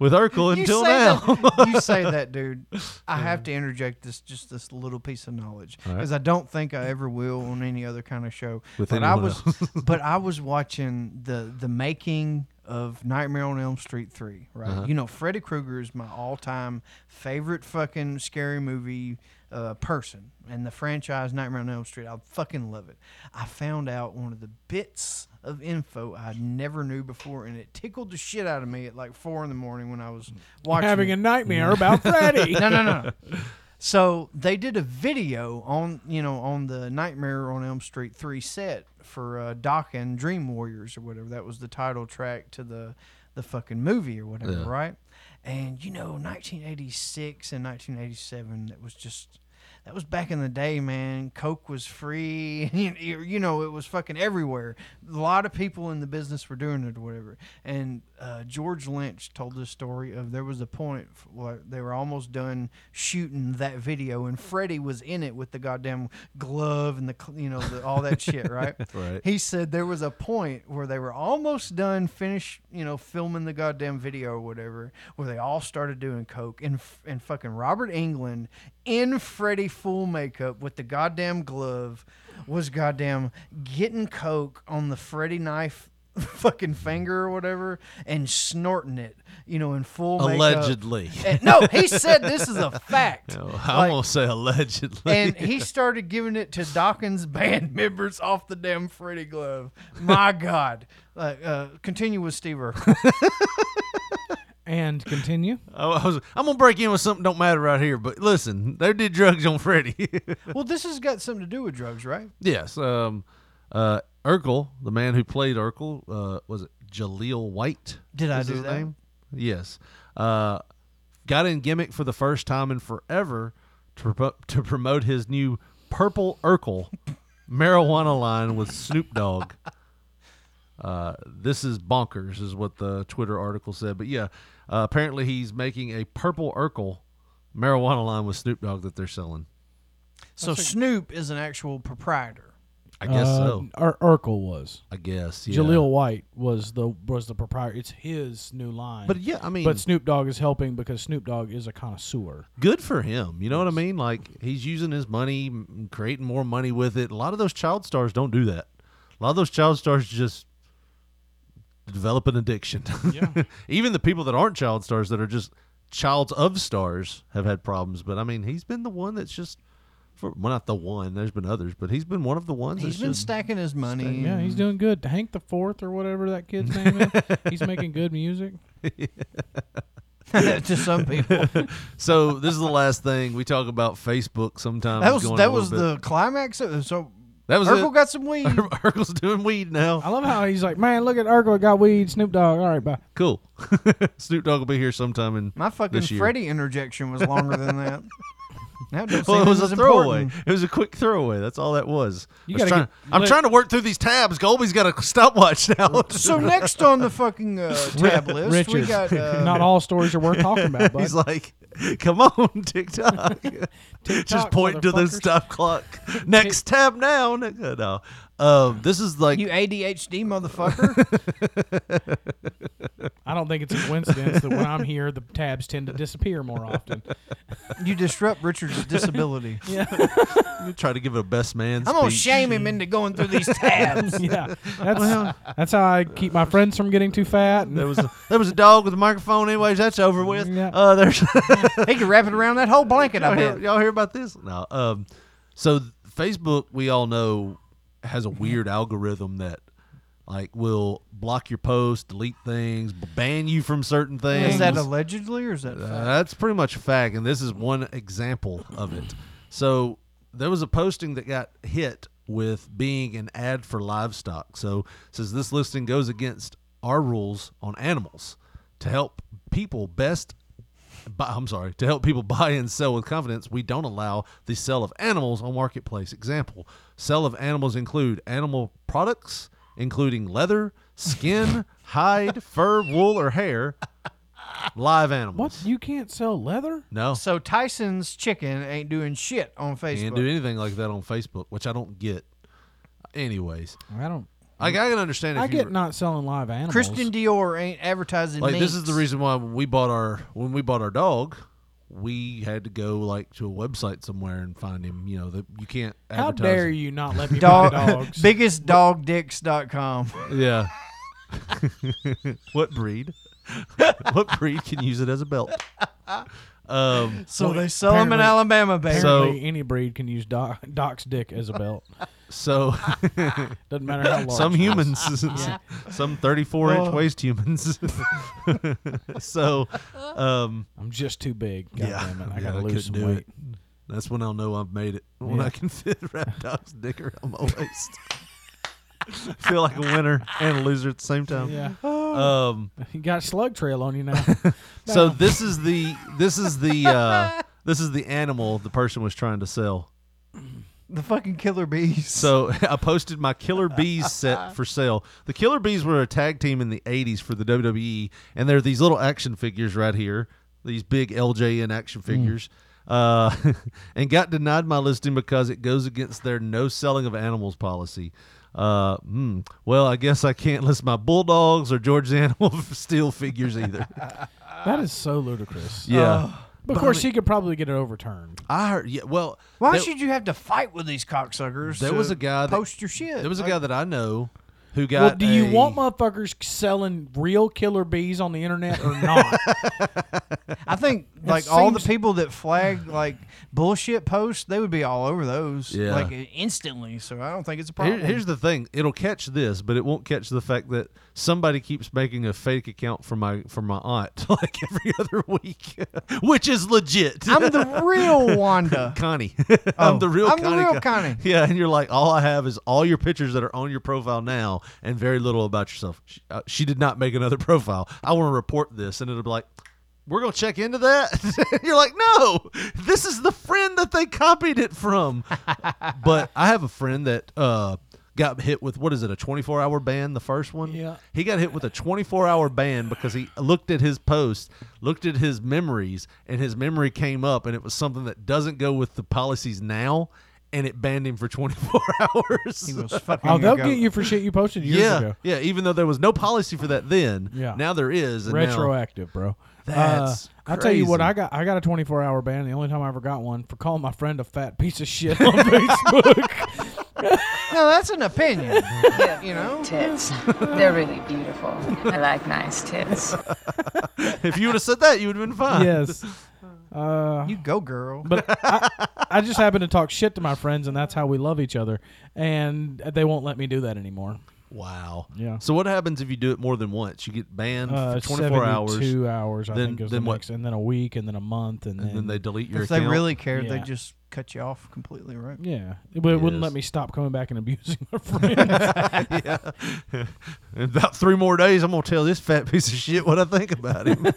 E: with Urkel
G: You
E: until
G: say
E: now.
G: that- you say that, dude. I have to interject this just this little piece of knowledge
E: All right.
G: because I don't think I ever will on any other kind of show.
E: With
G: but I
E: anyone
G: was, but I was watching the the making of Nightmare on Elm Street three. Right,
E: Uh-huh.
G: you know Freddy Krueger is my all time favorite fucking scary movie uh, person, and the franchise Nightmare on Elm Street. I fucking love it. I found out one of the bits of info I never knew before, and it tickled the shit out of me at like four in the morning when I was watching.
J: Having
G: it.
J: a nightmare about Freddy.
G: No, no, no. So they did a video on you know on the Nightmare on Elm Street three set for uh, Doc and Dream Warriors or whatever. That was the title track to the the fucking movie or whatever,
E: Yeah.
G: right? And you know, 1986 and 1987. That was just that was back in the day, man. Coke was free. you you know, it was fucking everywhere. A lot of people in the business were doing it or whatever. And uh, George Lynch told this story of there was a point f- where they were almost done shooting that video, and Freddie was in it with the goddamn glove and the, cl- you know, the, all that shit, right?
E: Right.
G: He said there was a point where they were almost done, finish, you know, filming the goddamn video or whatever, where they all started doing coke, and f- and fucking Robert England in Freddy full makeup with the goddamn glove was goddamn getting coke on the Freddy knife. Fucking finger or whatever, and snorting it, you know, in full makeup.
E: Allegedly.
G: And- no, he said this is a fact.
E: I'm
G: uh, Like,
E: gonna say allegedly.
G: and he started giving it to Dawkins band members off the damn Freddy glove. My God! Like, uh, continue with Steve Urkel.
J: And continue.
E: I was, I'm gonna break in with something don't matter right here, but listen, they did drugs on Freddy.
G: well, this has got something to do with drugs, right?
E: yes, um, uh, Urkel, the man who played Urkel, uh, was it Jaleel White?
G: Did I
E: is
G: do
E: his
G: that?
E: name? Yes, uh, got in gimmick for the first time in forever to pro- to promote his new Purple Urkel marijuana line with Snoop Dogg. Uh, this is bonkers, is what the Twitter article said. But yeah, uh, apparently he's making a purple Urkel marijuana line with Snoop Dogg that they're selling.
G: So Snoop is an actual proprietor.
E: I guess
J: Uh,
E: so.
J: Ur- Urkel was.
E: I guess. Yeah.
J: Jaleel White was the was the proprietor. It's his new line.
E: But yeah, I mean-
J: but Snoop Dogg is helping because Snoop Dogg is a connoisseur.
E: Good for him. You know what I mean? Like he's using his money, m- creating more money with it. A lot of those child stars don't do that. A lot of those child stars just develop an addiction.
J: Yeah.
E: Even the people that aren't child stars that are just childs of stars have had problems. But I mean, he's been the one that's just For, well, not the one. There's been others, but he's been one of the ones.
G: He's
E: that's
G: been
E: just-
G: stacking his money.
J: Yeah, he's doing good. Hank the Fourth or whatever that kid's name is. He's making good music.
G: to some people.
E: so this is the last thing we talk about. Facebook sometimes
G: That was
E: going a
G: that
E: little
G: was
E: bit-
G: the climax. Of, so
E: That was
G: Urkel
E: it.
G: got some weed.
E: Urkel's doing weed now.
J: I love how he's like, man, look at Urkel got weed. Snoop Dogg. All right, bye.
E: Cool. Snoop Dogg will be here sometime in
G: My fucking
E: this year.
G: Freddy interjection was longer than that. That don't
E: Well,
G: seem
E: it was
G: as
E: a throwaway.
G: important.
E: It was a quick throwaway. That's all that was. I
G: You
E: was
G: gotta
E: trying-
G: get-
E: I'm
G: like-
E: trying to work through these tabs. Colby's got a stopwatch now.
G: So next on the fucking uh, tab list, we
J: Richard.
G: got uh,
J: Not all stories are worth talking about, bud.
E: He's like, come on, TikTok. Just point to the
G: motherfuckers.
E: stop clock. Next tab now. nigga. No. Um, this is like
G: you ADHD motherfucker.
J: I don't think it's a coincidence that when I'm here, the tabs tend to disappear more often.
G: you disrupt Richard's disability.
J: Yeah.
E: you try to give it a best man.
G: I'm gonna
E: speech.
G: shame him into going through these tabs.
J: yeah, that's that's how I keep my friends from getting too fat.
E: There was a, there was a dog with a microphone. Anyways, that's over with.
J: Yeah.
E: Uh, there's
G: he can wrap it around that whole blanket. I
E: y'all, hear,
G: bet.
E: y'all hear about this? No. Um, so th- Facebook, we all know, has a
G: Mm-hmm.
E: weird algorithm that like will block your post, delete things, b- ban you from certain things.
G: Is that allegedly or is that?
E: Uh, that's pretty much a fact, and this is one example of it. So there was a posting that got hit with being an ad for livestock. So it says this listing goes against our rules on animals to help people best. Buy, I'm sorry. To help people buy and sell with confidence, we don't allow the sale of animals on marketplace. Example: sale of animals include animal products, including leather, skin, hide, fur, wool, or hair. Live animals.
J: What? You can't sell leather?
E: No,
G: So Tyson's chicken ain't doing shit on Facebook.
E: can't do anything like that on Facebook, which I don't get. Anyways,
J: I don't.
E: I, I can understand. If
J: Mm-hmm. I
E: you
J: get
E: were-
J: not selling live animals.
G: Christian Dior ain't advertising.
E: like this is
G: minks.
E: the reason why when we bought our when we bought our dog, we had to go like to a website somewhere and find him. You know that you can't.
J: How
E: advertise
J: dare
E: him.
J: you not let me
G: dog,
J: buy dogs?
G: biggestdogdicks.com.
E: Yeah. what breed? what breed can use it as a belt? Um,
G: So they sell 'em in
J: Apparently-
G: Alabama, baby.
J: Apparently, any breed can use doc, Doc's dick as a belt.
E: So
J: Doesn't matter how large.
E: Some
J: it is.
E: humans,
J: Yeah.
E: some 34 inch
J: Oh.
E: waist humans. so, um,
J: I'm just too big. God
E: yeah,
J: damn it. I
E: yeah,
J: gotta lose
E: couldn't
J: some
E: do
J: weight.
E: it. That's when I'll know I've made it. When
J: Yeah.
E: I can fit Rap Dog's dick around my waist. Feel like a winner and a loser at the same time.
J: Yeah.
E: Um,
J: You got slug trail on you now.
E: so
J: No.
E: this is the this is the uh, this is the animal the person was trying to sell.
G: The fucking killer bees.
E: So I posted my Killer Bees set for sale. The Killer Bees were a tag team in the 80s for the WWE, and they're these little action figures right here, these big LJN action
J: Hmm.
E: figures. Uh, and got denied my listing because it goes against their no selling of animals policy. Uh, hmm, well, I guess I can't list my bulldogs or George the Animal steel figures either.
J: that is so ludicrous.
E: Uh, Yeah.
J: But of course, he could probably get it overturned.
E: I heard. Yeah. Well,
G: Why
E: there-
G: should you have to fight with these cocksuckers?
E: there
G: to
E: was a guy. That,
G: post your shit.
E: there was a
G: Like,
E: guy that I know who got.
J: Well, do you
E: a-
J: want motherfuckers selling real killer bees on the internet or not?
G: I think
J: It
G: like all the
J: seems-
G: people that flagged like bullshit posts, they would be all over those
E: Yeah.
G: like instantly. So I don't think it's a
E: Here-
G: problem.
E: here's the thing: it'll catch this, but it won't catch the fact that somebody keeps making a fake account for my for my aunt like every other week, which is legit.
G: I'm the real Wanda.
E: Connie,
G: Oh,
E: I'm the real
G: I'm the
E: Connie.
G: real
E: guy.
G: Connie.
E: Yeah, and you're like, all I have is all your pictures that are on your profile now, and very little about yourself. She, uh, she did not make another profile. I want to report this, and it'll be like. We're gonna check into that. You're like, no, this is the friend that they copied it from but I have a friend that uh, got hit with what is it a 24 hour ban the first one
J: Yeah.
E: he got hit with a 24 hour ban because he looked at his post looked at his memories and his memory came up and it was something that doesn't go with the policies now and it banned him for 24 hours
G: He was fucking.
J: oh, they'll
G: a goat.
J: get you for shit you posted years
E: yeah
J: ago.
E: yeah even though there was no policy for that then
J: Yeah.
E: now there is and now-
J: Retroactive, bro. Uh,
E: That's
J: I'll tell you what
E: crazy.
J: I got. I got a 24 hour ban. The only time I ever got one for calling my friend a fat piece of shit on Facebook.
G: No, that's an opinion. you know,
M: Tits. They're really beautiful. I like nice tits.
E: if you would have said that you would have been fine
J: yes. Uh,
G: you go, girl.
J: But I, I just happen to talk shit to my friends, and that's how we love each other. And they won't let me do that anymore.
E: Wow.
J: Yeah.
E: So what happens if you do it more than once? You get banned
J: Uh,
E: for 24 hours.
J: Two hours, I
E: then
J: think, is
E: then
J: the
E: what?
J: next, and then a week, and then a month, and,
E: And then they delete your
G: if they
E: account.
G: really cared,
J: Yeah.
G: they'd just cut you off completely, right?
J: Yeah, but it wouldn't let me stop coming back and abusing my friends.
E: yeah. In about three more days, I'm gonna tell this fat piece of shit what I think about him.
J: you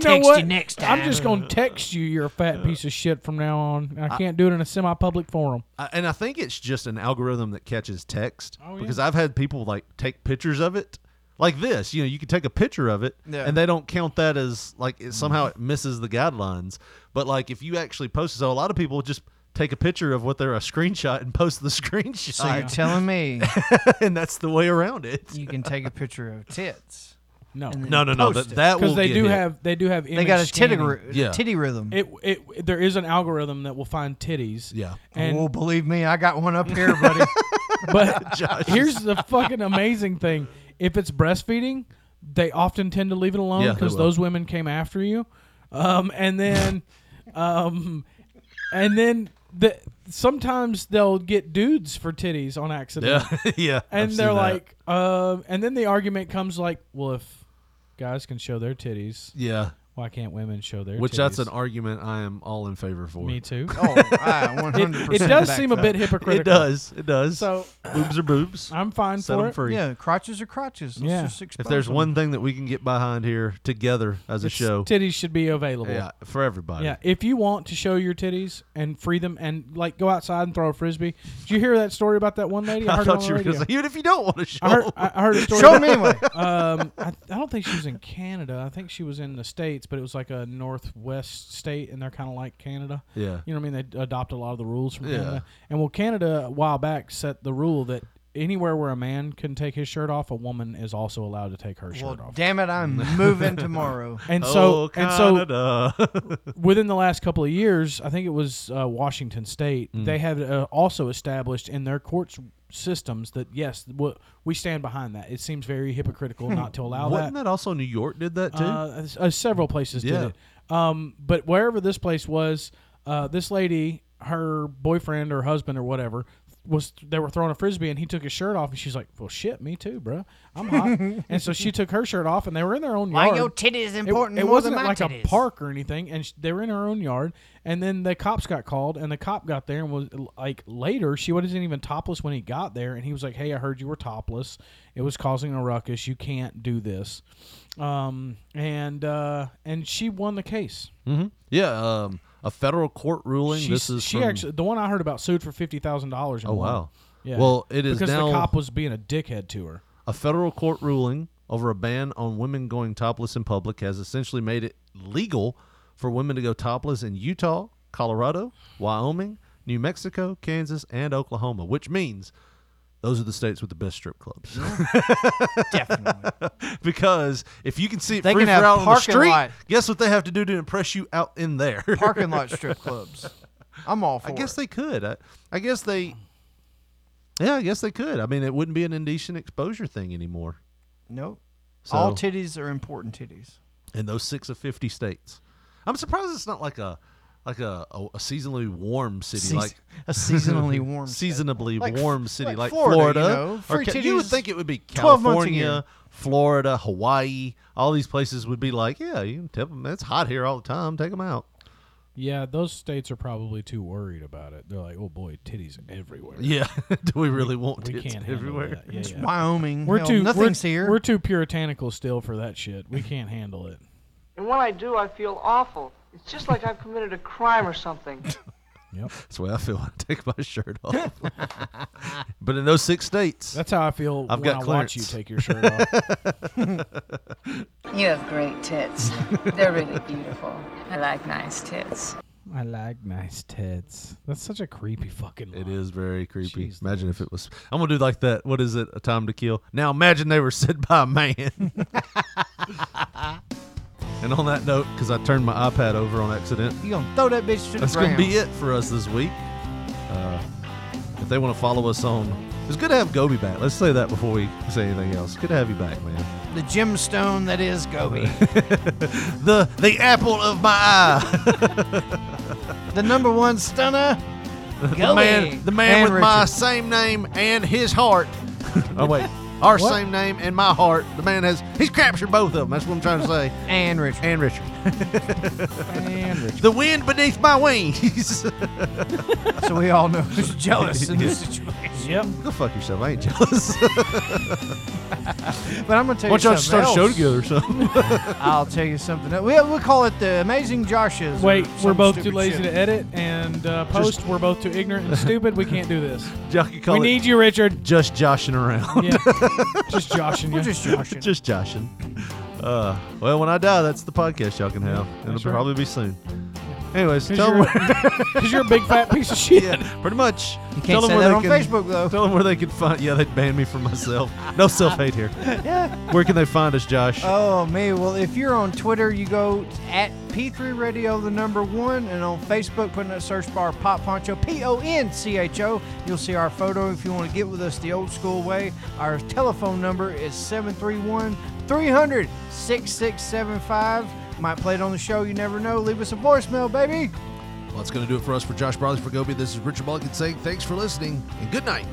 J: know what? I'm just gonna text you. You're a fat piece of shit from now on. I
E: Uh, I-
J: can't do it in a semi-public forum.
E: I- and I think it's just an algorithm that catches text
J: Oh,
E: because I've had people like take pictures of it like this. You know, you can take a picture of it
G: Yeah.
E: and they don't count that as like it, somehow
J: Mm-hmm.
E: it misses the guidelines. But like if you actually post it, so a lot of people just take a picture of what they're a screenshot and post the screenshot.
G: So you're telling me
E: and that's the way around it.
G: you can take a picture of tits?
J: No,
G: and then
E: No, no, no,
G: post
E: that-
G: it.
E: that will
J: they
E: get
J: do
E: hit.
J: have they do have
G: They
J: image
G: got a titty
J: scanning.
G: ry- Yeah. titty rhythm.
J: It, it there is an algorithm that will find titties.
E: Yeah,
J: and
G: oh, believe me, I got one up here, buddy.
J: but
G: Josh.
J: here's the fucking amazing thing: if it's breastfeeding, they often tend to leave it alone
E: Yeah, they
J: because
E: will.
J: those women came after you, um, and then, um, and then the sometimes they'll get dudes for titties on accident.
E: Yeah, yeah,
J: and
E: I've
J: they're
E: seen that.
J: like, uh, and then the argument comes like, well, if guys can show their titties,
E: Yeah.
J: why can't women show their?
E: Which that's
J: titties?
E: an argument I am all in favor for.
J: Me too.
G: Oh, I 100%
J: It, it does
G: back
J: seem a
G: that.
J: bit hypocritical.
E: It does. It does.
J: So
E: boobs are boobs.
J: I'm fine
E: Set
J: for
E: 'em
J: it.
E: free.
G: Yeah, crotches are crotches. Let's
J: Yeah.
G: just
E: If
G: expose
E: there's
G: them.
E: one thing that we can get behind here together as a
J: It's-
E: show,
J: Titties should be available.
E: Yeah, for everybody.
J: Yeah, if you want to show your titties and free them and like go outside and throw a frisbee. Did you hear that story about that one lady? I,
E: I
J: heard it
E: thought
J: on the
E: you were gonna
J: radio.
E: say, even if you don't wanna show
J: I heard,
E: them.
J: I I heard a story.
E: Show 'em anyway.
J: Um, I, I don't think she was in Canada. I think she was in the states, but it was like a northwest state, and they're kind of like Canada.
E: Yeah.
J: you know what I mean. They adopt a lot of the rules from
E: Yeah.
J: Canada. And well, Canada a while back set the rule that anywhere where a man can take his shirt off, a woman is also allowed to take her shirt off.
G: Damn it, I'm moving tomorrow.
J: And
G: Oh,
J: so, and so,
G: Canada.
J: within the last couple of years, I think it was uh, Washington State.
E: Mm.
J: They have uh, also established in their courts systems that yes, w- we stand behind that. It seems very hypocritical
E: Hmm.
J: not to allow that.
E: Wasn't that also New York did that too?
J: Uh, s- uh, several places
E: Yeah.
J: did it. Um, but wherever this place was, uh, this lady, her boyfriend or husband or whatever, was they were throwing a frisbee and he took his shirt off and she's like, "Well, shit, me too, bro. I'm hot." and so she took her shirt off and they were in their own
G: Why
J: yard.
G: your titties
J: It-
G: important
J: It,
G: more
J: wasn't
G: than my
J: like a
G: titties?
J: park or anything, and sh- they were in her own yard. And then the cops got called, and the cop got there and was like later she wasn't even topless when he got there, and he was like, "Hey, I heard you were topless. It was causing a ruckus. You can't do this." Um, and uh, and she won the case.
E: hmm Yeah, um, a federal court ruling. this
J: She's-
E: is
J: she
E: from-
J: actually the one I heard about sued for fifty thousand dollars.
E: Oh, wow.
J: Yeah.
E: Well, it is
J: because
E: now-
J: the cop was being a dickhead to her.
E: a federal court ruling over a ban on women going topless in public has essentially made it legal for women to go topless in Utah, Colorado, Wyoming, New Mexico, Kansas, and Oklahoma, which means those are the states with the best strip clubs. Definitely. because if you can see it
G: They
E: free
G: can
E: for
G: have
E: out on the
G: parking
E: street,
G: lot-
E: guess what they have to do to impress you out in there?
G: Parking lot strip clubs. I'm all for
E: I guess they could. I, I guess they. Yeah, I guess they could. I mean, it wouldn't be an indecent exposure thing anymore.
G: Nope. All
E: So-
G: titties are important titties.
E: in those six of fifty states. I'm surprised it's not like a like a, a, a seasonally warm city,
G: Season-
E: like
G: a seasonably warm state.
E: seasonably
G: Like-
E: warm city,
G: like
E: like,
G: Florida,
E: Florida.
G: you know, free
E: or Ca- you would
G: titties
E: think it would be
G: 12 months a year.
E: California, Florida, Hawaii. All these places would be like, yeah, you can tip them. It's hot here all the time. Take them out.
J: Yeah, those states are probably too worried about it. They're like, "Oh boy, titties everywhere."
E: Yeah. Do we really want
J: we
E: tits
J: can't handle
E: everywhere?
J: that. Yeah,
E: It's
J: yeah.
G: Wyoming.
J: We're
G: Hell,
J: too
G: nothing's
J: we're,
G: here.
J: We're too puritanical still for that shit. We can't handle it.
N: And when I do, I feel awful. It's just like I've committed a crime or something.
E: That's the way I feel when I take my shirt off. but in those six states,
J: That's how I feel
E: I've
J: when
E: got
J: I
E: clearance.
J: watch you take your shirt off.
M: You have great tits. They're really beautiful. I like nice tits.
J: I like nice tits. That's such a creepy fucking.
E: It is very creepy. imagine if it was. I'm gonna do like that. What is it? A time to kill. Now imagine they were said by a man. and on that note, because I turned my iPad over on accident,
G: You gonna throw that bitch to the
E: that's
G: ground.
E: gonna be it for us this week. Uh, if they want to follow us on It's good to have Gobi back. Let's say that before we say anything else. Good to have you back, man.
G: The gemstone that is Gobi.
E: the the apple of my eye.
G: the number one stunner.
E: The man, the man
G: And
E: with my
G: Richard.
E: same name and his heart. oh wait, our
G: What?
E: same name and my heart. The man has he's captured both of them. That's what I'm trying to say.
G: and Richard.
E: And Richard. The wind beneath my wings.
G: so we all know who's jealous in this
E: situation. Yep. Go fuck yourself. I ain't jealous.
G: But I'm gonna tell
E: Why don't
G: you
E: y'all just start a
G: something
E: show
G: else.
E: together or something?
G: I'll tell you something. else. We we'll call it the Amazing Joshes. or
J: Wait,
G: some
J: we're both too
G: stupid
J: lazy
G: shit.
J: to edit and uh, post.
G: Just-
J: we're both too ignorant and stupid. We can't do this.
E: Y'all can call it
J: we need you, Richard.
E: Just joshing around.
J: Yeah. just joshing you.
G: We're just joshing.
E: just joshing. Uh, well, when I die, that's the podcast y'all can have. It'll
J: That's right.
E: probably be soon. Anyways,
J: Because
E: tell them
J: you're,
E: where,
J: 'cause you're a big fat piece of shit.
E: Yeah, pretty much.
G: You can't
E: Tell them
G: say
E: where
G: that
E: they
G: on
E: can-
G: Facebook though.
E: Tell them where they can find. Yeah, they'd ban me from myself. No self hate here.
G: Yeah.
E: Where can they find us, Josh?
G: Oh man, well if you're on Twitter, you go at P3 Radio the number one, and on Facebook, put in that search bar Pop Poncho P O N C H O. You'll see our photo if you want to get with us the old school way. Our telephone number is 731-300-6675. Might play it on the show. You never know. Leave us a voicemail, baby.
E: Well, that's going to do it for us for Josh Brawley for Gobi. This is Richard Mulligan saying thanks for listening and good night.